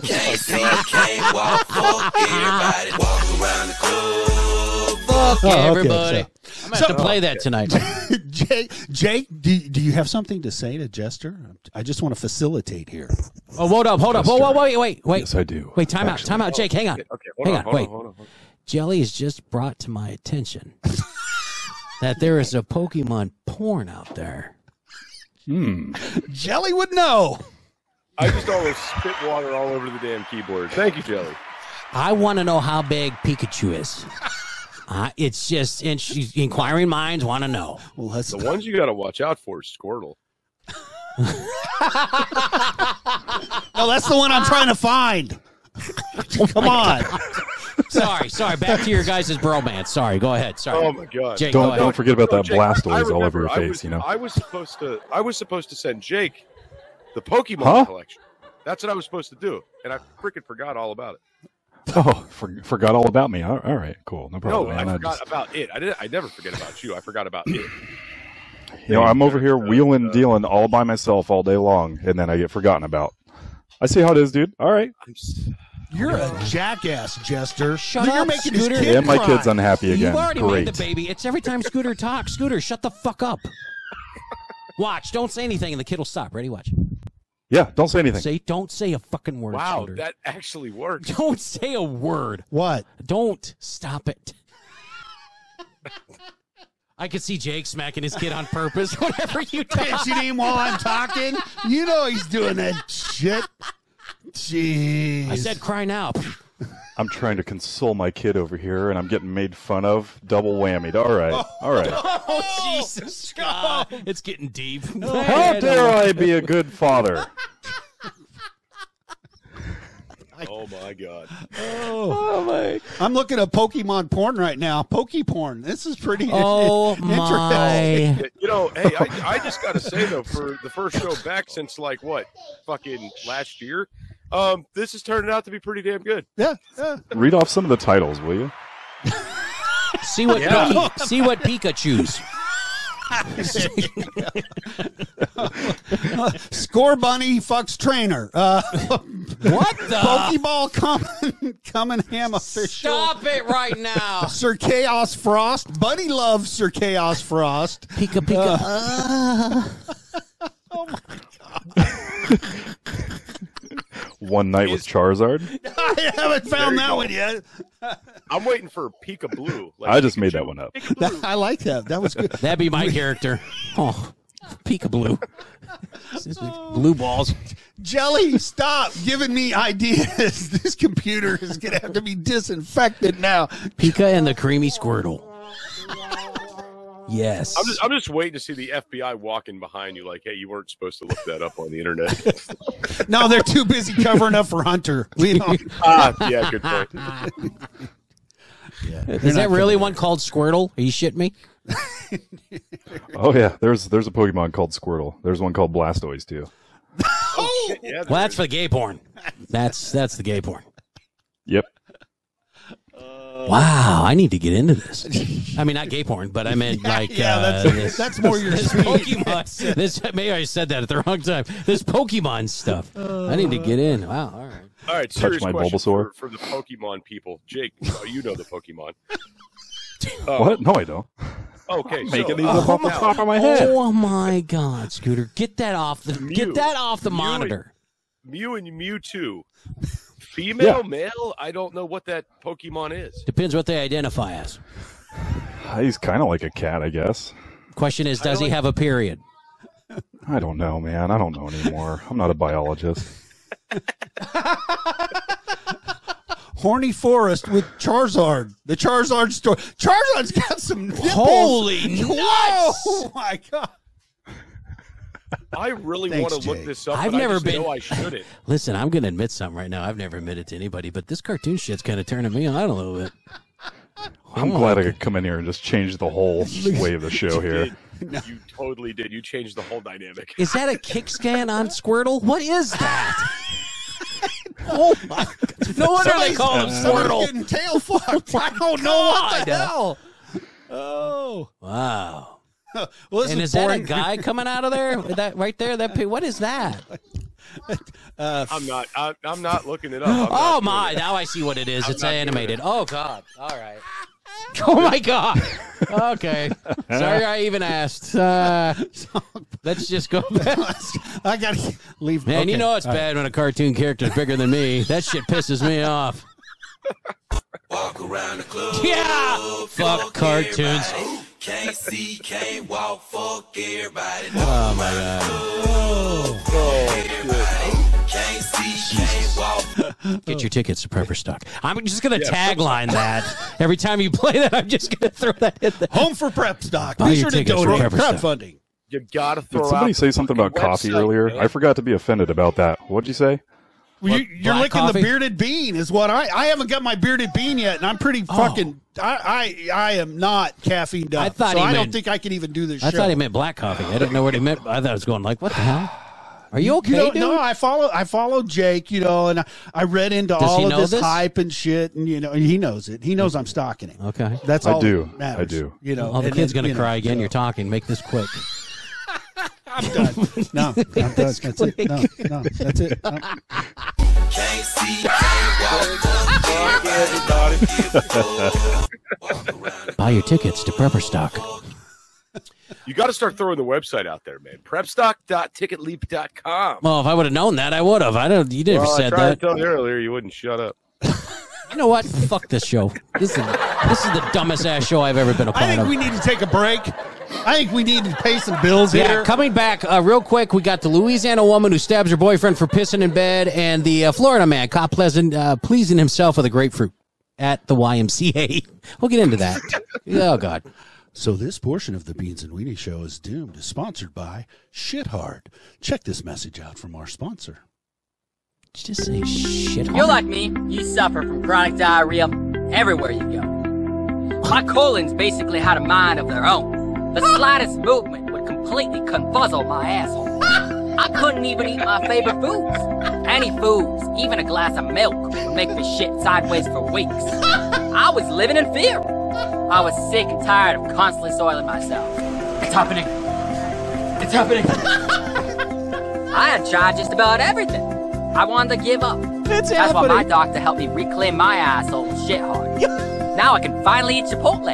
see, can't walk, fuck everybody. Walk around the club, fuck
Oh,
Fuck
okay,
everybody.
so-
I'm going to have
so-
to play that tonight.
Jake, Jake, do, do you have something to say to Jester? I just want to facilitate here.
Oh, hold up, hold up. Whoa, whoa, wait, wait, wait.
Yes, I do.
Wait, time out,
Actually.
time out. Jake, hang on.
Okay, hold
hang
on,
on,
hold on,
wait.
hold on, hold
Jelly has just brought to my attention that there is a Pokemon porn out there.
Hmm.
Jelly would know.
I just always spit water all over the damn keyboard. Thank you, Jelly.
I want to know how big Pikachu is. Uh, it's just in- she's- inquiring minds want to know.
Well, that's
The ones you got to watch out for is Squirtle.
Oh No, that's the one I'm trying to find. Come on.
sorry, sorry. Back to your guys' bromance. Sorry, go ahead. Sorry.
Oh my god!
Jake, go
don't
ahead.
don't forget about
No,
that
Jake,
blast
I
Blastoise all over
remember
your
I
face.
was-
you know,
I was supposed to. I was supposed to send Jake the Pokemon
Huh?
collection. That's what I was supposed to do, and I freaking forgot all about it.
oh, for, forgot all about me. All, all right, cool, no problem.
no,
Oh, man.
I
I
forgot
just-
about it. I didn't. I never forget about you. I forgot about it.
you know, I'm over here wheeling, dealing all by myself all day long, and then I get forgotten about. I see how it is, dude. All right,
You're a jackass, Jester.
Shut
You're
up,
making
Scooter.
his kid
And my
cry.
kid's unhappy again.
You've already
Great.
made the baby. It's every time Scooter talks. Scooter, shut the fuck up. Watch. Don't say anything, and the kid will stop. Ready? Watch.
yeah, don't say anything.
Say, don't say a fucking word.
Wow,
Scooter.
that actually worked.
Don't say a word.
What?
Don't stop it. I could see Jake smacking his kid on purpose whenever you touch
Pinching him while I'm talking. You know he's doing that shit. Jeez.
I said cry now.
I'm trying to console my kid over here, and I'm getting made fun of. Double whammied. All right, all right.
Oh, Jesus God. It's getting deep.
How dare I be a good father?
Oh my god!
Oh. I'm looking at Pokemon porn right now. Pokey porn. This is pretty
Oh, my.
You know, hey, I, I just gotta say though, for the first show back since like what, fucking last year, um, this is turning out to be pretty damn good.
Yeah. yeah.
Read off some of the titles, will you?
See what
Yeah.
Pika- see what Pikachu's.
Score bunny fucks trainer. Uh,
what the?
Pokeball coming, coming ham official.
Stop it right now.
Sir Chaos Frost. Buddy loves Sir Chaos Frost.
Pika Pika.
One night with Charizard.
I haven't found that one yet.
I'm waiting for Pika Blue. Like,
I just made that one up.
I like that. That was good.
That'd be my character. Oh, Pika Blue. Blue balls.
Jelly, stop giving me ideas. This computer is going to have to be disinfected now.
Pika and the creamy Squirtle. Yes.
I'm just, I'm just waiting to see the FBI walking behind you, like, hey, you weren't supposed to look that up on the internet.
No, they're too busy covering up for Hunter. We don't.
ah, yeah, good point.
Is that really one called Squirtle? Are you shitting me?
Oh yeah, there's there's a Pokemon called Squirtle. There's one called Blastoise too.
Yeah,
Well, that's for the gay porn. That's that's the gay porn.
Yep.
Wow, I need to get into this. I mean, not gay porn, but I meant like
yeah,
uh,
that's,
this,
that's more your
this
speed.
Pokemon. this maybe I said that at the wrong time. This Pokemon stuff. I need to get in. Wow, all right.
All right,
Touch
serious
my
question For,
Bulbasaur.
for the Pokemon people, Jake. oh, You know the Pokemon.
What? No, I don't.
Okay, so,
Making these
uh,
up off the
now,
top of my head.
Oh my God, Scooter, get that off the
Mew.
get that off the
Mew.
monitor.
Mew and Mewtwo, female, male. I don't know what that Pokemon is.
Depends what they identify as.
Ah, He's kind of like a cat, I guess.
Question is, does he have a period?
I don't know, man. I don't know anymore. I'm not a biologist.
Horny Forest with Charizard. The Charizard story. Charizard's got some nipples.
Holy nuts!
Oh my god.
I really
Thanks,
want to look
Jake.
this up.
I've
but
never
I just
been-
Know I shouldn't.
Listen, I'm gonna admit something right now. I've never admitted to anybody, but this cartoon shit's kind of turning me on a little bit.
I'm glad I could come in here and just change the whole way of the show here.
Did- You totally did. You changed the whole dynamic.
Is that a kick scan on Squirtle? What is that?
Oh my
No wonder they call him
Somebody's
Squirtle.
getting tail fucked. I don't know what the hell. Oh.
Wow.
Well, this
And
is,
is that a
boring.
guy coming out of there? That right there? That pi- what is that?
I'm not. I, I'm not looking it up. I'm not
Oh
doing
my!
it.
Now I see what it is. It's
not doing
animated. Oh god! All right. Oh my god! Okay. Sorry, I even asked. Uh, let's just go back.
I gotta leave.
Man, you
Okay.
know it's
All right.
bad when a cartoon character's bigger than me. That shit pisses me off.
Walk around the club.
Yeah. Fuck cartoons.
Can't see, can't walk, fuck everybody.
Oh my god!
Can't see, can't walk.
Get your tickets to Prepper Stock. I'm just gonna
Yeah.
tagline that every time you play that. I'm just gonna throw that in there.
Home for prep stock.
Buy
Be
your
sure to
tickets for
donate
Pepper Stock.
crowdfunding.
You gotta throw
Did somebody
out
say something
the
about coffee
website,
earlier?
man.
I forgot to be offended about that. What'd you say?
Well, you, you're
Black
licking
coffee?
the bearded bean, is what I. I haven't got my bearded bean yet, and I'm pretty fucking. I, I I am not caffeined up.
Oh. I thought
so
he
I don't
meant-
think I can even do this.
I
show.
thought he meant black coffee. I didn't know what he meant. I thought I was going like, what the hell? Are you okay,
know,
dude?
No, I follow. I follow Jake. You know, and I, I read into
Does he
all of
know
this,
this?
hype and shit, and you know, he knows it. He knows I'm stalking him.
Okay,
that's
I
all.
do.
that matters,
I do.
You know,
oh, the
and
kid's
then,
gonna
you know,
cry again. You're talking. Make this quick.
No, no, that's, that's it. No, no, that's it. No.
Can't see, can't walk, fuck, fuck everybody. Give a fuck.
Buy your tickets to Prepper Stock.
You got to start throwing the website out there, man. Prepstock.ticketleap.com.
Well, if I would have known that, I would have. I don't. You never
Well, I
said
tried
that.
to tell you earlier you wouldn't shut up.
You know what? Fuck this show. This is this is the dumbest ass show I've ever been a part
I think
of.
we need to take a break. I think we need to pay some bills
yeah,
here.
coming back uh, real quick. We got the Louisiana woman who stabs her boyfriend for pissing in bed, and the uh, Florida man caught pleasant uh, pleasing himself with a grapefruit at the YMCA. We'll get into that. oh God.
So this portion of the Beans and Weenie Show is doomed is sponsored by Shithard. Check this message out from our sponsor.
Just say shit.
You're like me, you suffer from chronic diarrhea everywhere you go. My colons basically had a mind of their own. The slightest movement would completely confuzzle my asshole. I couldn't even eat my favorite foods. Any foods, even a glass of milk, would make me shit sideways for weeks. I was living in fear. I was sick and tired of constantly soiling myself. It's happening. It's happening. I had tried just about everything. I wanted to give up. That's why my
happening.
doctor helped me reclaim my asshole shit hard. now I can finally eat Chipotle.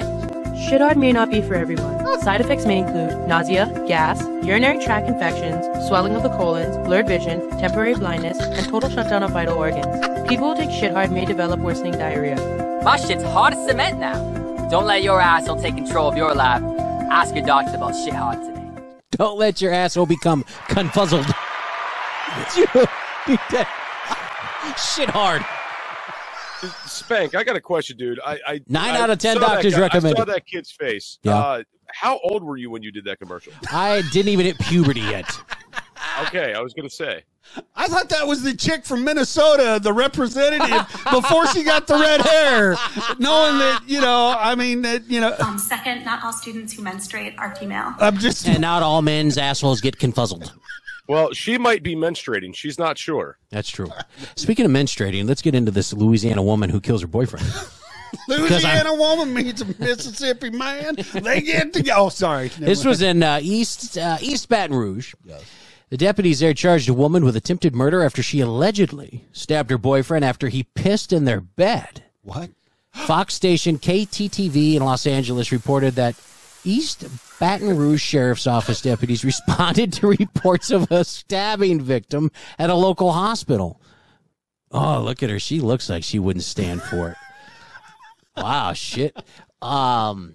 Shitard may not be for everyone. Side effects may include nausea, gas, urinary tract infections, swelling of the colons, blurred vision, temporary blindness, and total shutdown of vital organs. People who take Shitard may develop worsening diarrhea.
My shit's hard as cement now. Don't let your asshole take control of your life. Ask your doctor about shit hard today.
Don't let your asshole become confuzzled. You do that. Shit hard.
Spank, I got a question, dude. I, I
Nine
I
out of 10
saw that
doctors
guy-
recommend
I saw
it.
that kid's face.
Yeah.
Uh, how old were you when you did that commercial?
I didn't even hit puberty yet.
Okay, I was gonna say.
I thought that was the chick from Minnesota, the representative, before she got the red hair. Knowing that, you know, I mean, that, you know,
Um, second, not all students who menstruate are female.
I'm just.
And not all men's assholes get confuzzled.
Well, she might be menstruating. She's not sure.
That's true. Speaking of menstruating, let's get into this Louisiana woman who kills her boyfriend.
Louisiana woman meets a Mississippi man. They get to go. Oh, sorry.
This was in uh, East uh, East Baton Rouge. The deputies there charged a woman with attempted murder after she allegedly stabbed her boyfriend after he pissed in their bed.
What?
Fox station KTTV in Los Angeles reported that East Baton Rouge Sheriff's Office deputies responded to reports of a stabbing victim at a local hospital. Oh, look at her. She looks like she wouldn't stand for it. wow, shit. Um,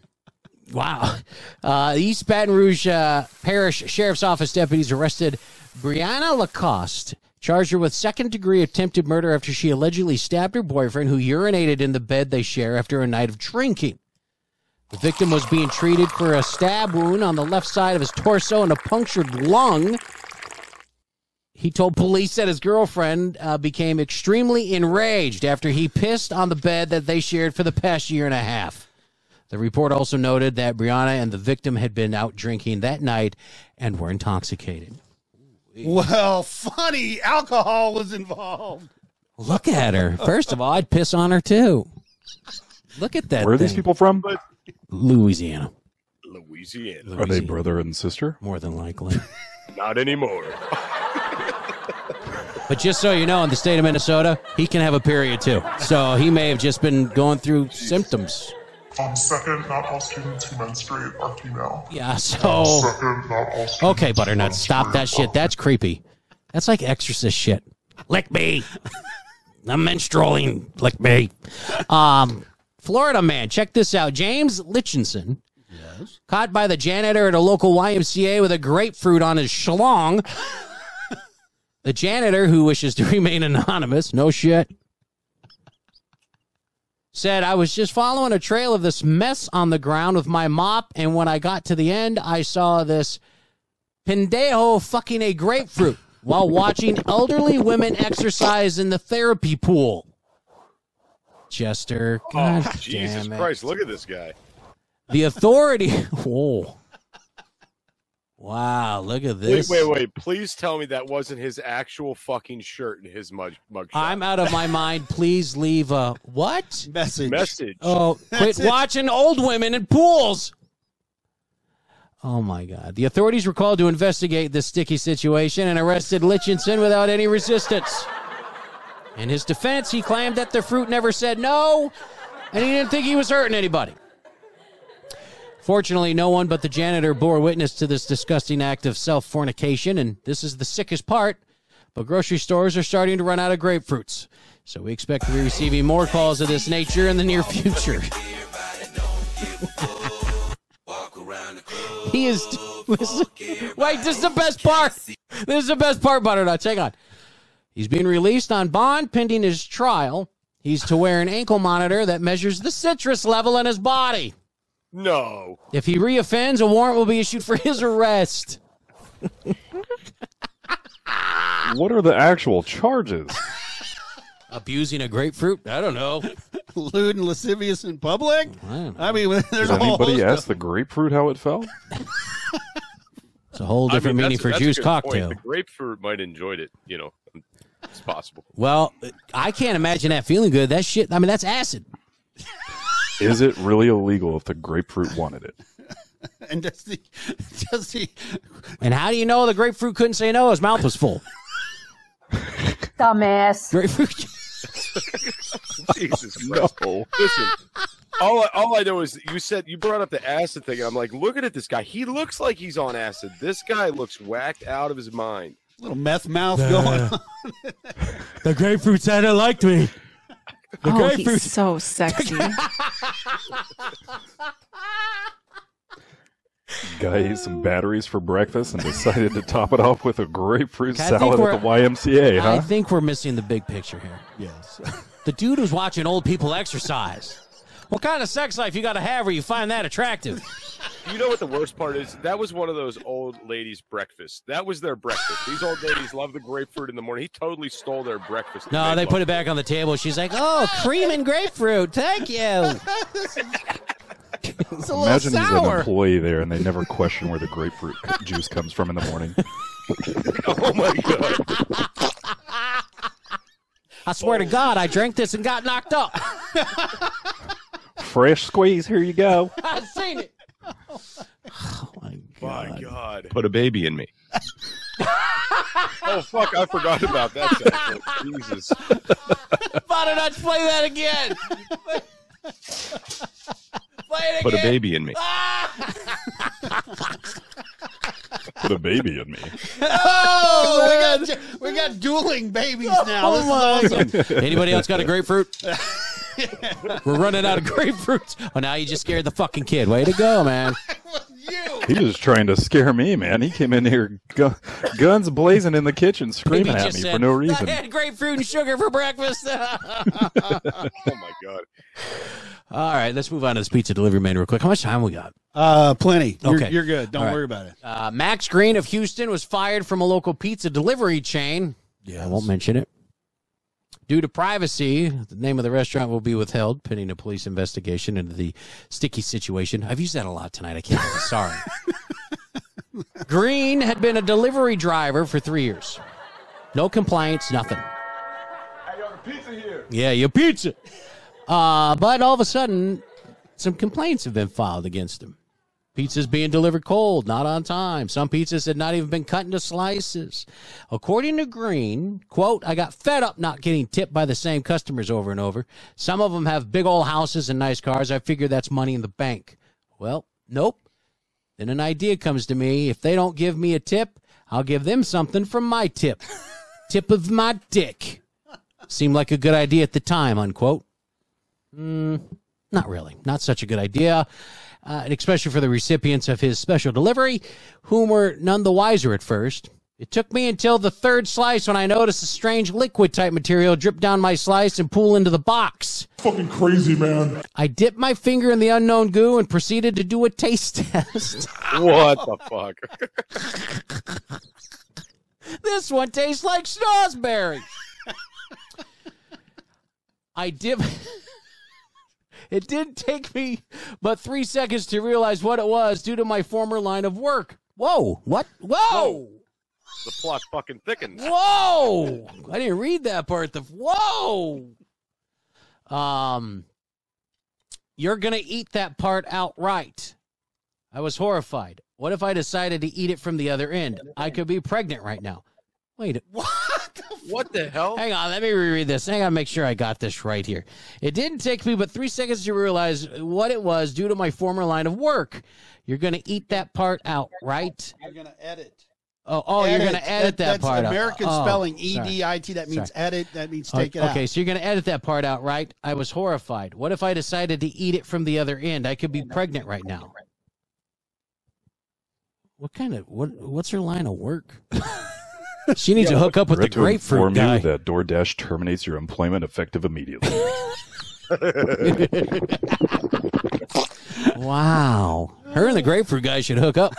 wow. Uh, the East Baton Rouge uh, Parish Sheriff's Office deputies arrested Brianna Lacoste, charged her with second degree attempted murder after she allegedly stabbed her boyfriend, who urinated in the bed they share after a night of drinking. The victim was being treated for a stab wound on the left side of his torso and a punctured lung. He told police that his girlfriend uh, became extremely enraged after he pissed on the bed that they shared for the past year and a half. The report also noted that Brianna and the victim had been out drinking that night and were intoxicated.
Well, funny. Alcohol was involved.
Look at her. First of all, I'd piss on her too. Look at that.
Where are these
thing.
people from?
Louisiana.
Louisiana.
Are they brother and sister?
More than likely.
Not anymore.
But just so you know, in the state of Minnesota, he can have a period too. So he may have just been going through symptoms.
Um, second, not all students who menstruate are female.
Yeah,
Um,
so.
second, not all students.
Okay, Butternut, stop that shit. That's creepy. That's like exorcist shit. Lick me. I'm menstrualing. Lick me. Um, Florida man, check this out. James Litchinson. Caught by the janitor at a local YMCA with a grapefruit on his schlong. the janitor, who wishes to remain anonymous, no shit, said, I was just following a trail of this mess on the ground with my mop. And when I got to the end, I saw this pendejo fucking a grapefruit. while watching elderly women exercise in the therapy pool. Chester, God
Oh, Jesus
damn it.
Christ, look at this guy.
The authority. Whoa. Wow, look at
Wait,
this.
wait, wait. Please tell me that wasn't his actual fucking shirt and his mug, mug shot.
I'm out of my mind. Please leave a what?
Message.
Message.
Oh, quit
That's it.
watching old women in pools. Oh my God. The authorities were called to investigate this sticky situation and arrested Litchinson without any resistance. In his defense, he claimed that the fruit never said no and he didn't think he was hurting anybody. Fortunately, no one but the janitor bore witness to this disgusting act of self fornication, and this is the sickest part. But grocery stores are starting to run out of grapefruits, so we expect to be receiving more calls of this nature in the near future. he is. Listen, wait, this is the best part. This is the best part, Butternut. Hang on. He's being released on bond pending his trial. He's to wear an ankle monitor that measures the citrus level in his body.
No.
If he reoffends, a warrant will be issued for his arrest.
What are the actual charges?
Abusing a grapefruit? I don't know.
Lewd and lascivious in public?
I,
mean, there's
Did
a whole
anybody
host
ask the grapefruit how it felt?
It's a whole different meaning
that's-
for
that's a
juice
good
cocktail.
Point. The grapefruit might enjoyed it. You know, it's possible.
Well, I can't imagine that feeling good. That shit, I mean, that's acid.
Is it really illegal if the grapefruit wanted it?
of- and does the does the
And how do you know the grapefruit couldn't say no? His mouth was full.
Dumbass.
Grapefruit.
Jesus Christ. Listen, all I, all I know is that you said you brought up the acid thing. and I'm like, looking at this guy. He looks like he's on acid. This guy looks whacked out of his mind.
little meth mouth going on?
The grapefruit said it liked me.
The
Oh, he's
grapefruit. so sexy.
Guy ate some batteries for breakfast and decided to top it off with a grapefruit
I think
salad
we're-
at the YMCA,
I
huh?
think we're missing the big picture here.
Yes.
The dude who's watching old people exercise. What kind of sex life you got to have where you find that attractive?
You know what the worst part is? That was one of those old ladies' breakfast. That was their breakfast. These old ladies love the grapefruit in the morning. He totally stole their breakfast.
No, they put it back on the table. She's like, "Oh, cream and grapefruit. Thank you."
It's
Imagine he's an employee there and they never question where the grapefruit c- juice comes from in the morning.
oh my god.
I swear to God, I drank this and got knocked up.
Fresh squeeze, here you go. Oh
I've seen it.
My God.
Put a baby in me.
Oh fuck! I forgot about that. Jack. Jesus.
Butternuts, play that again. play it again.
Put a baby in me.
Put a baby in me.
Oh, we got we got dueling babies now. this is awesome.
Anybody else got a grapefruit? We're running out of grapefruits. Oh, now you just scared the fucking kid. Way to go, man.
He was trying to scare me, man. He came in here, gu- guns blazing in the kitchen,
Maybe
screaming at
just
me
said,
for no
I
reason.
had grapefruit and sugar for breakfast.
Oh my god.
All right, let's move on to this pizza delivery man real quick. How much time we got?
Uh, plenty. You're,
Okay.
you're good. Don't
All right.
worry about it.
Uh, Max Green of Houston was fired from a local pizza delivery chain. Yeah, I won't mention it. Due to privacy, the name of the restaurant will be withheld pending a police investigation into the sticky situation. I've used that a lot tonight. I can't. help it. Sorry. Green had been a delivery driver for three years. No complaints, nothing. Yeah, your pizza. Uh, but all of a sudden, some complaints have been filed against him. Pizza's being delivered cold, not on time. Some pizzas had not even been cut into slices. According to Green, quote, I got fed up not getting tipped by the same customers over and over. Some of them have big old houses and nice cars. I figure that's money in the bank. Well, nope. Then an idea comes to me. If they don't give me a tip, I'll give them something from my tip. tip of my dick. Seemed like a good idea at the time, unquote. Mm, not really. Not such a good idea. Uh, and especially for the recipients of his special delivery, whom were none the wiser at first. It took me until the third slice when I noticed a strange liquid type material drip down my slice and pool into the box.
Fucking crazy, man.
I dipped my finger in the unknown goo and proceeded to do a taste test.
What the fuck?
This one tastes like snozberry. I dip. it didn't take me but three seconds to realize what it was due to my former line of work. Whoa! What? Whoa!
The plot fucking thickens.
Whoa! I didn't read that part. The whoa. Um, you're gonna eat that part outright. I was horrified. What if I decided to eat it from the other end? I could be pregnant right now. Wait, what?
What the hell?
Hang on, let me reread this. Hang on, make sure I got this right here. It didn't take me but three seconds to realize what it was due to my former line of work. You're gonna eat that part out, right?
You're going to edit.
Oh, oh, you're gonna edit that,
that's
part out.
American
Oh,
spelling,
sorry.
E D I T. That means
Sorry.
edit. That means
Oh,
take it out.
okay, so you're going to edit that part out, right? I was horrified. What if I decided to eat it from the other end? I could be pregnant right now. What kind of what? What's her line of work? she needs to hook up with the
Regret to inform
grapefruit
you
guy.
that DoorDash terminates your employment effective immediately.
wow, her and the grapefruit guy should hook up.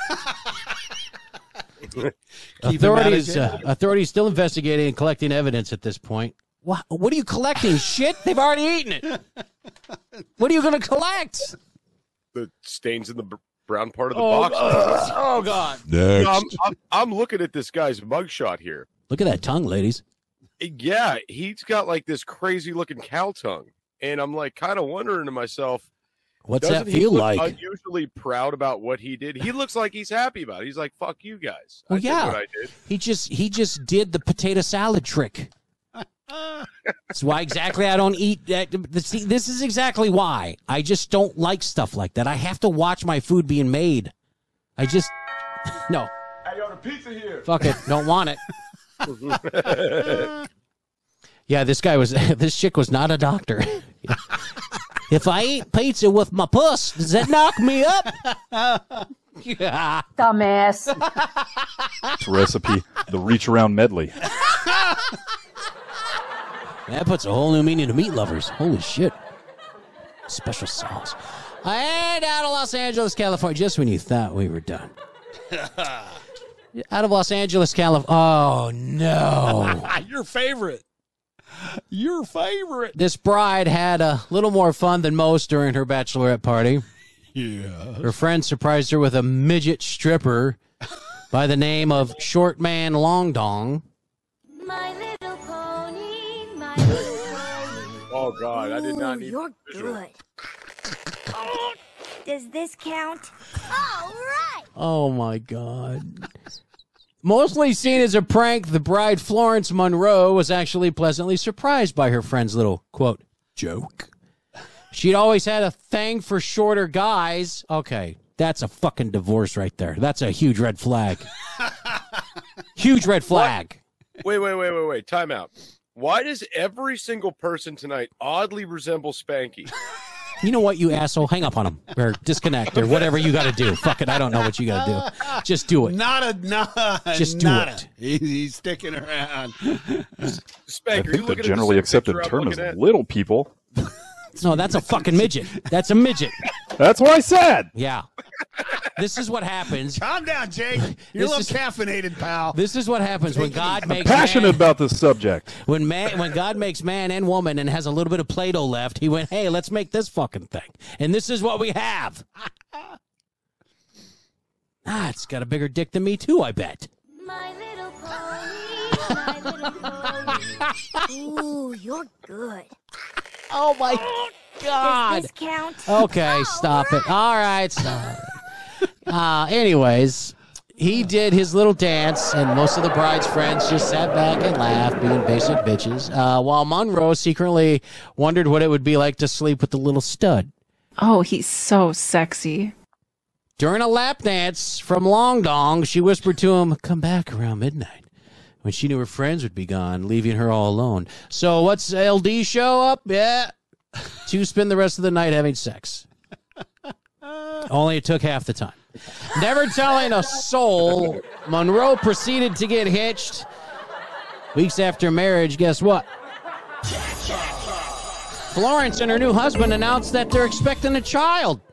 Keep him out of
authorities
jail.
uh, authorities still investigating and collecting evidence at this point. What, what are you collecting? Shit, they've already eaten it. What are you going to collect?
The stains in the br- brown part of the
Oh,
box.
uh, oh, God. Next.
No, I'm, I'm, I'm looking at this guy's mugshot here.
Look at that tongue, ladies.
Yeah, he's got like this crazy looking cow tongue, and I'm like kind of wondering to myself,
What's
doesn't
that
he
feel
look
like?
Unusually proud about what he did. He looks like he's happy about it. He's like, "Fuck you guys." I
Well,
did
yeah,
what I did.
he just he just did the potato salad trick. That's why exactly I don't eat that. See, this is exactly why I just don't like stuff like that. I have to watch my food being made. I just no,
Hey, yo, the pizza here.
fuck it, don't want it. Yeah, this guy was this chick was not a doctor. if I eat pizza with my puss, does that knock me up? yeah.
Dumbass.
It's a recipe, the reach around medley.
That puts a whole new meaning to meat lovers. Holy shit. Special sauce. And out of Los Angeles, California, just when you thought we were done. Out of Los Angeles, California. Oh, no.
Your favorite. Your favorite.
this bride had a little more fun than most during her bachelorette party.
Yeah.
Her friend surprised her with a midget stripper by the name of Short Man Long Dong.
My little pony, my little pony.
Oh God, I did not need. Oh.
good. Does this count? All right.
Oh my God. Mostly seen as a prank, the bride Florence Monroe was actually pleasantly surprised by her friend's little quote joke. She'd always had a thing for shorter guys. Okay, that's a fucking divorce right there. That's a huge red flag. huge red flag.
Wait, wait, wait, wait, wait. Time out. Why does every single person tonight oddly resemble Spanky?
You know what, you asshole? Hang up on him or disconnect or whatever you got to do. Fuck it. I don't know what you got to do. Just do it.
Not a, not
Just do it.
He's sticking around.
I
Spanker, you
think the
looking
generally
at the same
accepted
picture I'm
term is
looking at?
little people.
No, that's a fucking midget. That's a midget.
That's what I said.
Yeah. This is what happens.
Calm down, Jake. You're a
This
little
is-
caffeinated, pal.
This is what happens when God
I'm
makes
passionate
man,
about this subject.
when man when God makes man and woman and has a little bit of Play-Doh left. He went, "Hey, let's make this fucking thing." And this is what we have. ah, it's got a bigger dick than me too, I bet.
My little pony, my little pony. Ooh, you're good.
Oh my God. Oh.
Does this count?
Okay, stop it. All right, stop. it. Uh, anyways, he did his little dance, and most of the bride's friends just sat back and laughed, being basic bitches, uh, while Monroe secretly wondered what it would be like to sleep with the little stud.
Oh, he's so sexy.
During a lap dance from Long Dong, she whispered to him, Come back around midnight. When she knew her friends would be gone, leaving her all alone. So, what's LD show up? Yeah. Two spend the rest of the night having sex. Only it took half the time. Never telling a soul, Monroe proceeded to get hitched. Weeks after marriage, guess what? Florence and her new husband announced that they're expecting a child.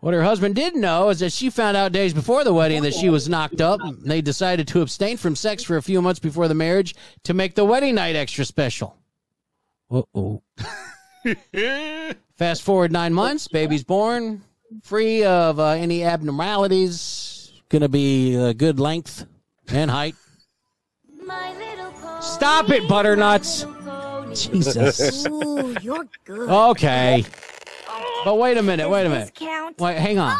What her husband didn't know is that she found out days before the wedding that she was knocked up. They decided to abstain from sex for a few months before the marriage to make the wedding night extra special. Uh oh. Fast forward nine months, baby's born, free of uh, any abnormalities. Gonna be uh, good length and height. Stop it, butternuts. Jesus.
Ooh, you're good.
Okay. But wait a minute, wait a minute.
Count.
Wait, hang on.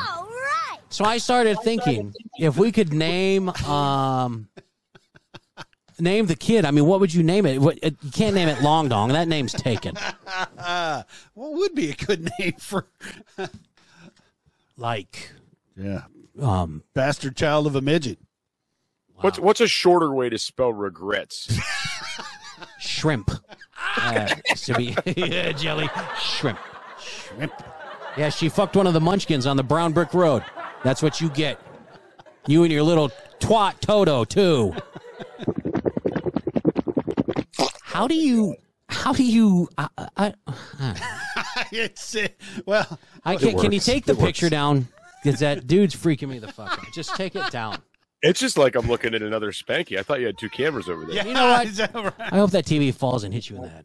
So I started thinking if we could name um name the kid. I mean, what would you name it? What, uh, you can't name it Long Dong. That name's taken.
Uh, what would be a good name for
like
yeah
um
bastard child of a midget?
What's what's a shorter way to spell regrets?
Shrimp. Uh, so we- yeah, jelly. Shrimp. Shrimp. Yeah, she fucked one of the munchkins on the Brown Brick Road. That's what you get. You and your little twat Toto too. How do you? How do you? I, I, I-
it's uh, well.
I can't. Can you take the picture down? Because that dude's freaking me the fuck out. Just take it down.
It's just like I'm looking at another Spanky. I thought you had two cameras over there.
You know what? I hope that TV falls and hits you in the head.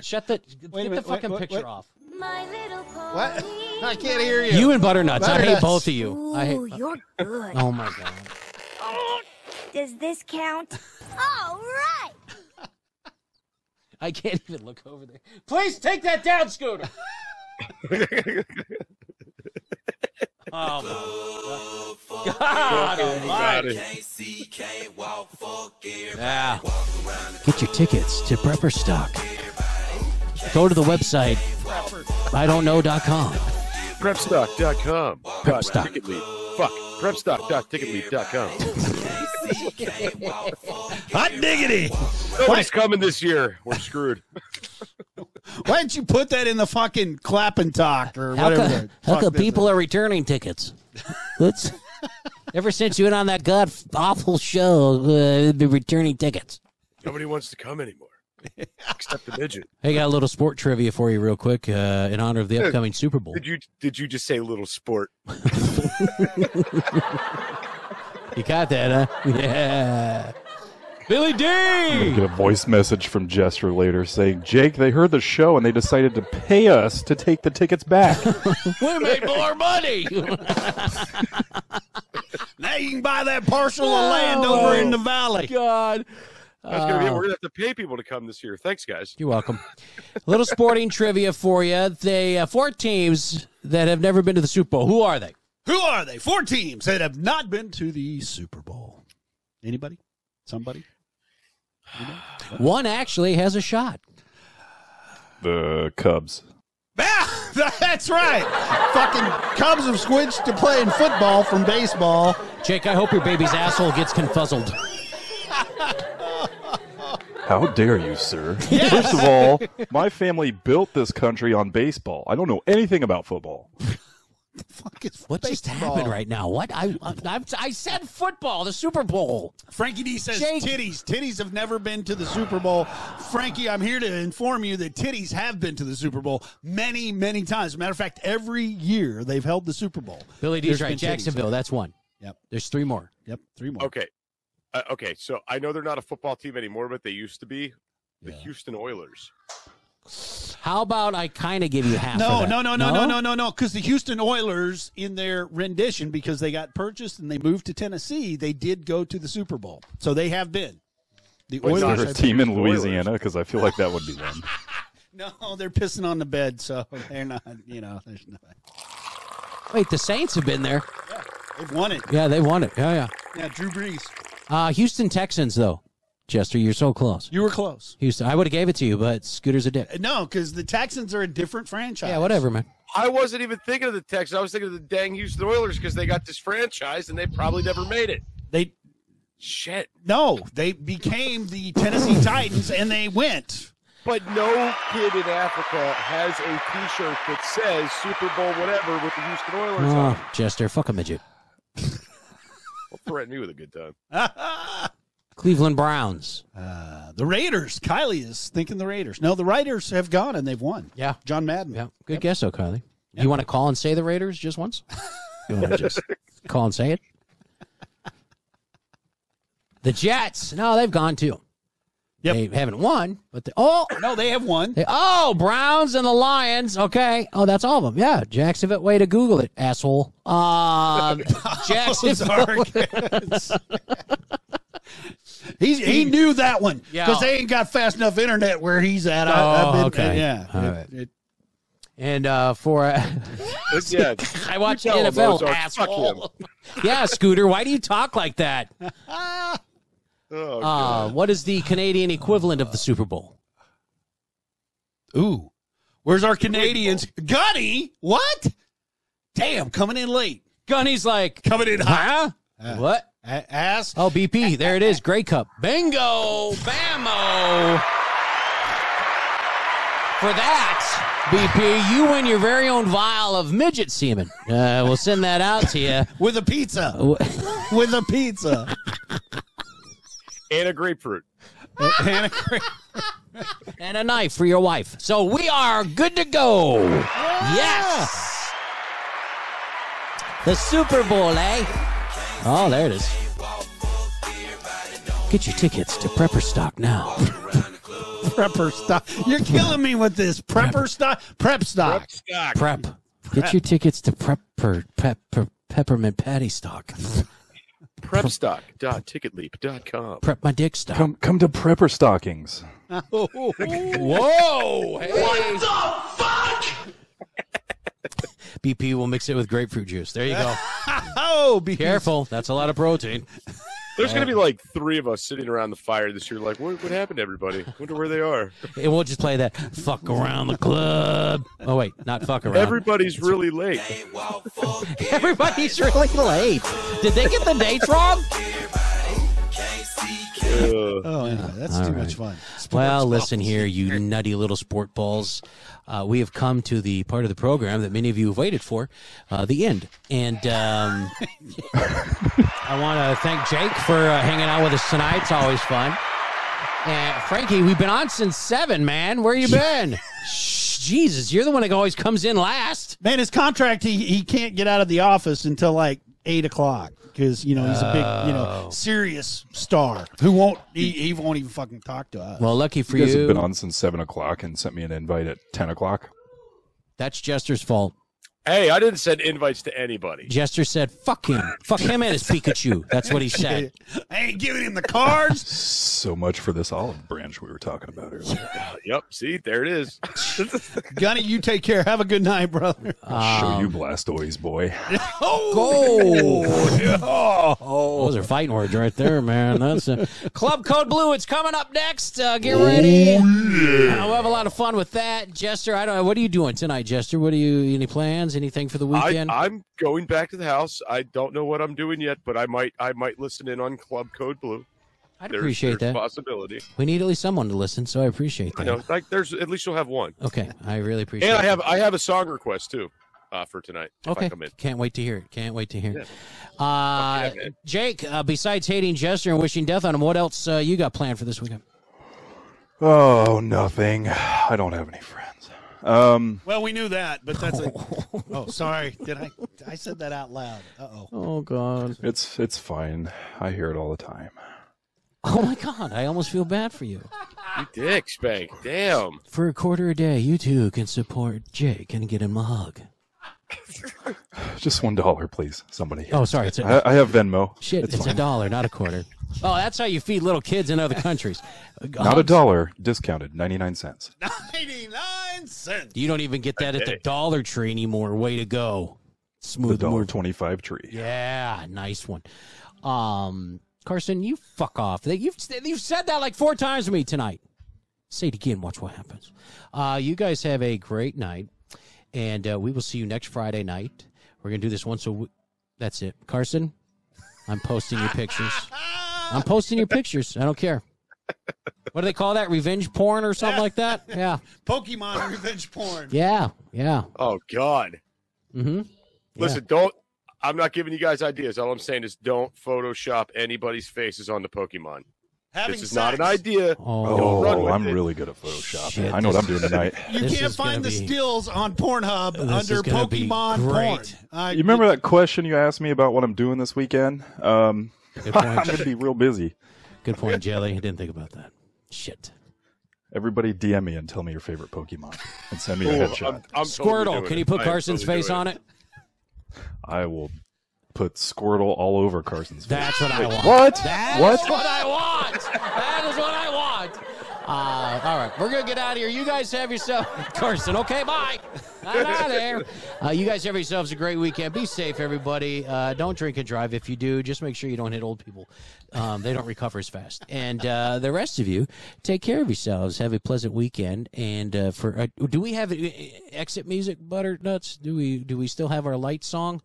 Shut the get the
a minute,
fucking
wait, wait,
picture
wait.
off.
What? I can't hear you.
You and butternuts. I hate
Butternuts.
both of you. I hate.
Ooh, you're good.
Oh my god.
Does this count? All right.
I can't even look over there. Please take that down, Scooter. oh my god. God almighty. Yeah. Get your tickets to Prepper Stock. Go to the website I don't know.com.
Prepstock.com. God,
Prepstock.
Ticket lead. Fuck. Prepstock.ticketlead.com.
Hot diggity!
Nobody's coming this year. We're screwed.
Why didn't you put that in the fucking clap and talk or
How
whatever?
come,
the
how
fuck
come
this
people
is?
are returning tickets? Let's, ever since you went on that god awful show, uh, they've been returning tickets.
Nobody wants to come anymore. Except the midget.
Hey, got a little sport trivia for you, real quick, uh, in honor of the
Yeah.
upcoming Super Bowl.
Did you did you just say little sport?
You got that, huh? Yeah. Billy
I'm gonna
D!
get a voice message from Jester later saying, "Jake, they heard the show and they decided to pay us to take the tickets back."
We made more money!
Now you can buy that parcel of land over in the valley.
God.
That's gonna be it. We're gonna have to pay people to come this year. Thanks, guys.
You're welcome. A little sporting trivia for you. The uh, four teams that have never been to the Super Bowl, who are they?
Who are they? Four teams that have not been to the Super Bowl. Anybody? Somebody?
One actually has a shot.
the Cubs.
Yeah, that's right. Fucking Cubs have switched to playing football from baseball.
Jake, I hope your baby's asshole gets confuzzled.
How dare you, sir? First of all, my family built this country on baseball. I don't know anything about football.
What just happened right now? What I I, I, I said football, the Super Bowl.
Frankie D says
Jake.
titties. Titties have never been to the Super Bowl. Frankie, I'm here to inform you that titties have been to the Super Bowl many, many times. Matter of fact, every year they've held the Super Bowl.
Billy D's
There's
right.
been titties.
Jacksonville, that's one.
Yep.
There's three more.
Yep. Three more.
Okay. Uh, okay, so I know they're not a football team anymore, but they used to be the Houston Oilers.
How about I kind of give you half?
No,
of that?
no, no, no, no, no, no, no. Because the Houston Oilers, in their rendition, because they got purchased and they moved to Tennessee, they did go to the Super Bowl. So they have been. The
Is
Oilers.
there a
have
team
been-
in Louisiana? Because I feel like that would be one.
No, they're pissing on the bed, so they're not. You know, there's no,
Wait, the Saints have been there.
they've won it.
Yeah, they won it. Yeah,
Yeah, Drew Brees.
yeah. Uh, Houston Texans, though. Jester, you're so close.
You were close.
Houston, I would have gave it to you, but Scooter's a dick.
No, because the Texans are a different franchise.
Yeah, whatever, man.
I wasn't even thinking of the Texans. I was thinking of the dang Houston Oilers because they got disfranchised and they probably never made it.
They
Shit.
no, they became the Tennessee Titans, and they went.
But no kid in Africa has a T-shirt that says Super Bowl whatever with the Houston Oilers on. it.
Oh, Jester, fuck a midget.
Don't threaten me with a good time.
Cleveland Browns.
Uh, the Raiders. Kylie is thinking the Raiders. No, the Raiders have gone and they've won.
Yeah.
John Madden.
Yeah. Good guess, though, Kylie. You want to call and say the Raiders just once? You want to just call and say it? The Jets. No, they've gone too. They haven't won, but they, oh
no, they have won.
oh, Browns and the Lions. Okay. Oh, that's all of them. Yeah, Jacksonville. Way to Google it, asshole. Uh, Jacksonville.
He's, he knew that one because
Yeah.
they ain't got fast enough internet where he's at. I,
Oh,
I've been,
okay.
Yeah.
All
It-
right. and uh, for
yeah,
I watch
You tell him,
NFL,
Ozark. Fuck
asshole. yeah, Scooter. Why do you talk like that?
ah.
Oh,
Uh, what is the Canadian equivalent of the Super Bowl?
Ooh, where's our Canadians? Gunny, what? Damn, coming in late.
Gunny's like
coming in
hot. what?
ass.
Oh, BP. There it is. Grey Cup. Bingo. Bammo. For that, BP, you win your very own vial of midget semen. Uh, we'll send that out to you.
With a pizza. With a pizza.
and a grapefruit.
and, a
knife for your wife. So we are good to go. Yes. The Super Bowl, eh? Oh, there it is. Get your tickets to Prepper Stock now.
Prepper stock. You're killing me with this. Prepper stock. Prep stock. Prep stock.
uh, Prep. Get your tickets to Prepper Pepper Peppermint Patty Stock.
Prepstock.ticketleap.com.
Prep my dick stock.
Come, come to prepper stockings.
Whoa! What the fuck? BP will mix it with grapefruit juice. There you go.
oh, be
careful. That's a lot of protein.
There's going to be like three of us sitting around the fire this year, like, what, what happened to everybody? Wonder where they are.
And we'll just play that fuck around the club. Oh wait, not fuck around.
Everybody's really late.
Everybody's really late. Did they get the dates wrong?
Oh, anyway, that's
All
too
right.
much fun.
well, listen here, you nutty little sport balls. Uh, we have come to the part of the program that many of you have waited for, uh, the end. And um, I want to thank Jake for uh, hanging out with us tonight. It's always fun. And Frankie, we've been on since seven, man. Where you been? Shh, Jesus, you're the one that always comes in last.
Man, his contract, he, he can't get out of the office until like eight o'clock because, you know, he's a big, you know, serious star Oh. who won't, he, he won't even fucking talk to us.
Well, lucky for
you guys
you.
have been on since seven o'clock and sent me an invite at ten o'clock.
That's Jester's fault.
Hey, I didn't send invites to anybody.
Jester said, "Fuck him, fuck him and his Pikachu." That's what he said.
I ain't giving him the cards.
So much for this olive branch we were talking about earlier.
Yep, see, there it is.
Gunny, you take care. Have a good night, brother. Oh,
Show you Blastoise, boy.
Go. Those are fighting words right there, man. That's uh, a... Oh. Club Code Blue. It's coming up next. Uh,
Oh,
get ready. Uh, we'll have a lot of fun with that, Jester. I don't know. What are you doing tonight, Jester? What are you? Any plans? Anything for the
I,
weekend?
I'm going back to the house. I don't know what I'm doing yet, but I might I might listen in on Club Code Blue.
I'd appreciate that.
there's possibility.
We need at least someone to listen, so I appreciate
I
that.
know, like there's at least you'll have one.
Okay, I really appreciate.
And I
it.
have I have a song request too uh, for tonight. If
Okay.
I come in.
Can't wait to hear it. Can't wait to hear it.
yeah,
Uh,
man.
Jake, uh, besides hating Jester and wishing death on him, what else uh, you got planned for this weekend?
Oh, nothing. I don't have any friends. Um,
Well, we knew that, but that's a. Oh, sorry. Did I? I said that out loud. Uh oh.
Oh God.
it's it's fine. I hear it all the time.
Oh my God! I almost feel bad for you.
You dick spank. Damn.
For a quarter a day, you too can support Jake and get him a hug.
Just one dollar, please, somebody.
Oh, sorry, it's a-
I I have Venmo.
Shit, it's, a
fine.
dollar, not a quarter. Oh, that's how you feed little kids in other countries.
Not a dollar, discounted, ninety nine cents.
99 cents.
You don't even get that at the Dollar Tree anymore. Way to go!
The
Smooth
dollar
move.
twenty five tree.
Yeah, nice one. Um, Carson, you fuck off. They- You've you've said that like four times to me tonight. Say it again. Watch what happens. Uh, you guys have a great night, and uh, we will see you next Friday night. We're gonna do this once a week. That's it, Carson. I'm posting your pictures. I'm posting your pictures. I don't care. What do they call that? Revenge porn or something like that? Yeah,
Pokemon revenge porn.
yeah, yeah.
Oh God.
Mm-hmm.
Listen, don't. I'm not giving you guys ideas. All I'm saying is don't Photoshop anybody's faces onto Pokemon.
Having
this is not
sex.
an idea. Don't run
Oh,
with
I'm
it.
really good at photoshopping.
Shit,
I know what I'm
this
doing
is-
tonight.
You can't find the stills on Pornhub
This is
under
gonna be
Pokemon porn.
great.
I-
you remember that question you asked me about what I'm doing this weekend? Um,
Good point.
I'm going to be real busy.
Good point, Jelly. I didn't think about that. Shit.
Everybody DM me and tell me your favorite Pokemon and send me
Ooh,
a
I'm-
headshot.
I'm Squirtle, totally doing can you it. put I am Carson's totally face doing on it?
I will put Squirtle all over Carson's face.
That's what I
Wait,
want.
What?
That's
what?
what I want. That is what I want. Uh, all right, we're gonna get out of here. You guys have yourself, Carson. Okay, bye. I'm out of there. Uh, you guys have yourselves a great weekend. Be safe, everybody. Uh, don't drink and drive. If you do, just make sure you don't hit old people. Um, they don't recover as fast. And uh, the rest of you, take care of yourselves. Have a pleasant weekend. And uh, for uh, do we have uh, exit music, Butternuts? Do we do we still have our light song?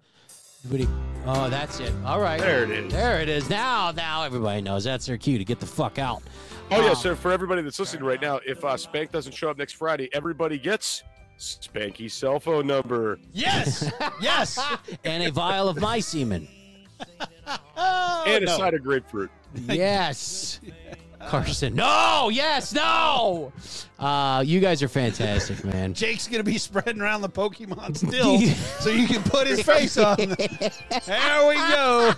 Everybody- Oh, that's it. All right.
There it is.
There it is. Now, now everybody knows that's their cue to get the fuck out.
Oh yeah, so for everybody that's listening right now, if uh, Spank doesn't show up next Friday, everybody gets Spanky's cell phone number.
Yes, yes.
and a vial of my semen.
and a
Oh, no.
side of grapefruit.
Yes. Carson. No. Yes. No. Uh, you guys are fantastic, man.
Jake's gonna be spreading around the Pokemon stills so you can put his face on. them. There we go.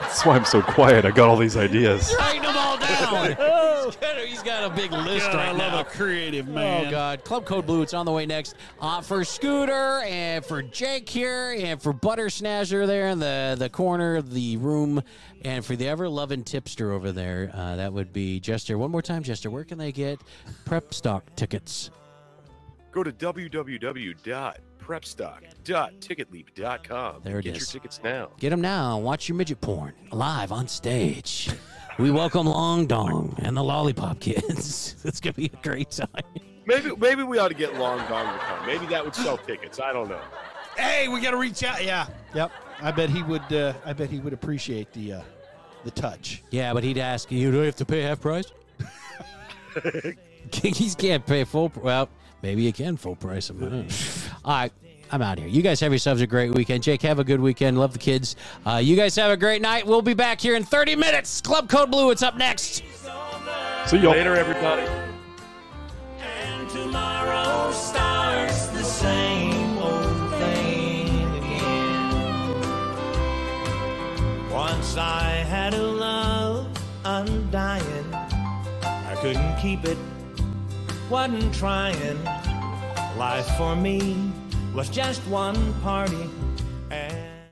That's why I'm so quiet. I got all these ideas.
Writing them all down. he's, got a, he's got a big list
God, I
right
love
now.
a creative man.
Oh God. Club Code Blue. It's on the way next. Uh, for Scooter and for Jake here and for Butter Snazzer there in the the corner of the room and for the ever loving tipster over there. Uh, that would be Jester. One more time, Jester. Where can they get prep stock tickets?
Go to www.prepstock.ticketleap.com.
There it
Get
is.
your tickets now.
Get them now. Watch your midget porn live on stage. We welcome Long Dong and the Lollipop Kids. it's gonna be a great time.
Maybe maybe we ought to get Long Dong to come. Maybe that would sell tickets. I don't know.
Hey, we gotta reach out. Yeah. Yep. I bet he would. Uh, I bet he would appreciate the uh, the touch.
Yeah, but he'd ask you, do I have to pay half price? Kinkies can't pay full. pr- Well, maybe you can full price. I'm All right, I'm out here. You guys have yourselves a great weekend. Jake, have a good weekend. Love the kids. Uh, you guys have a great night. We'll be back here in 30 minutes. Club Code Blue. It's up next.
See y'all.
Later, everybody.
Tomorrow starts the same old thing again. Once I had a love undying, I couldn't keep it, wasn't trying. Life for me was just one party.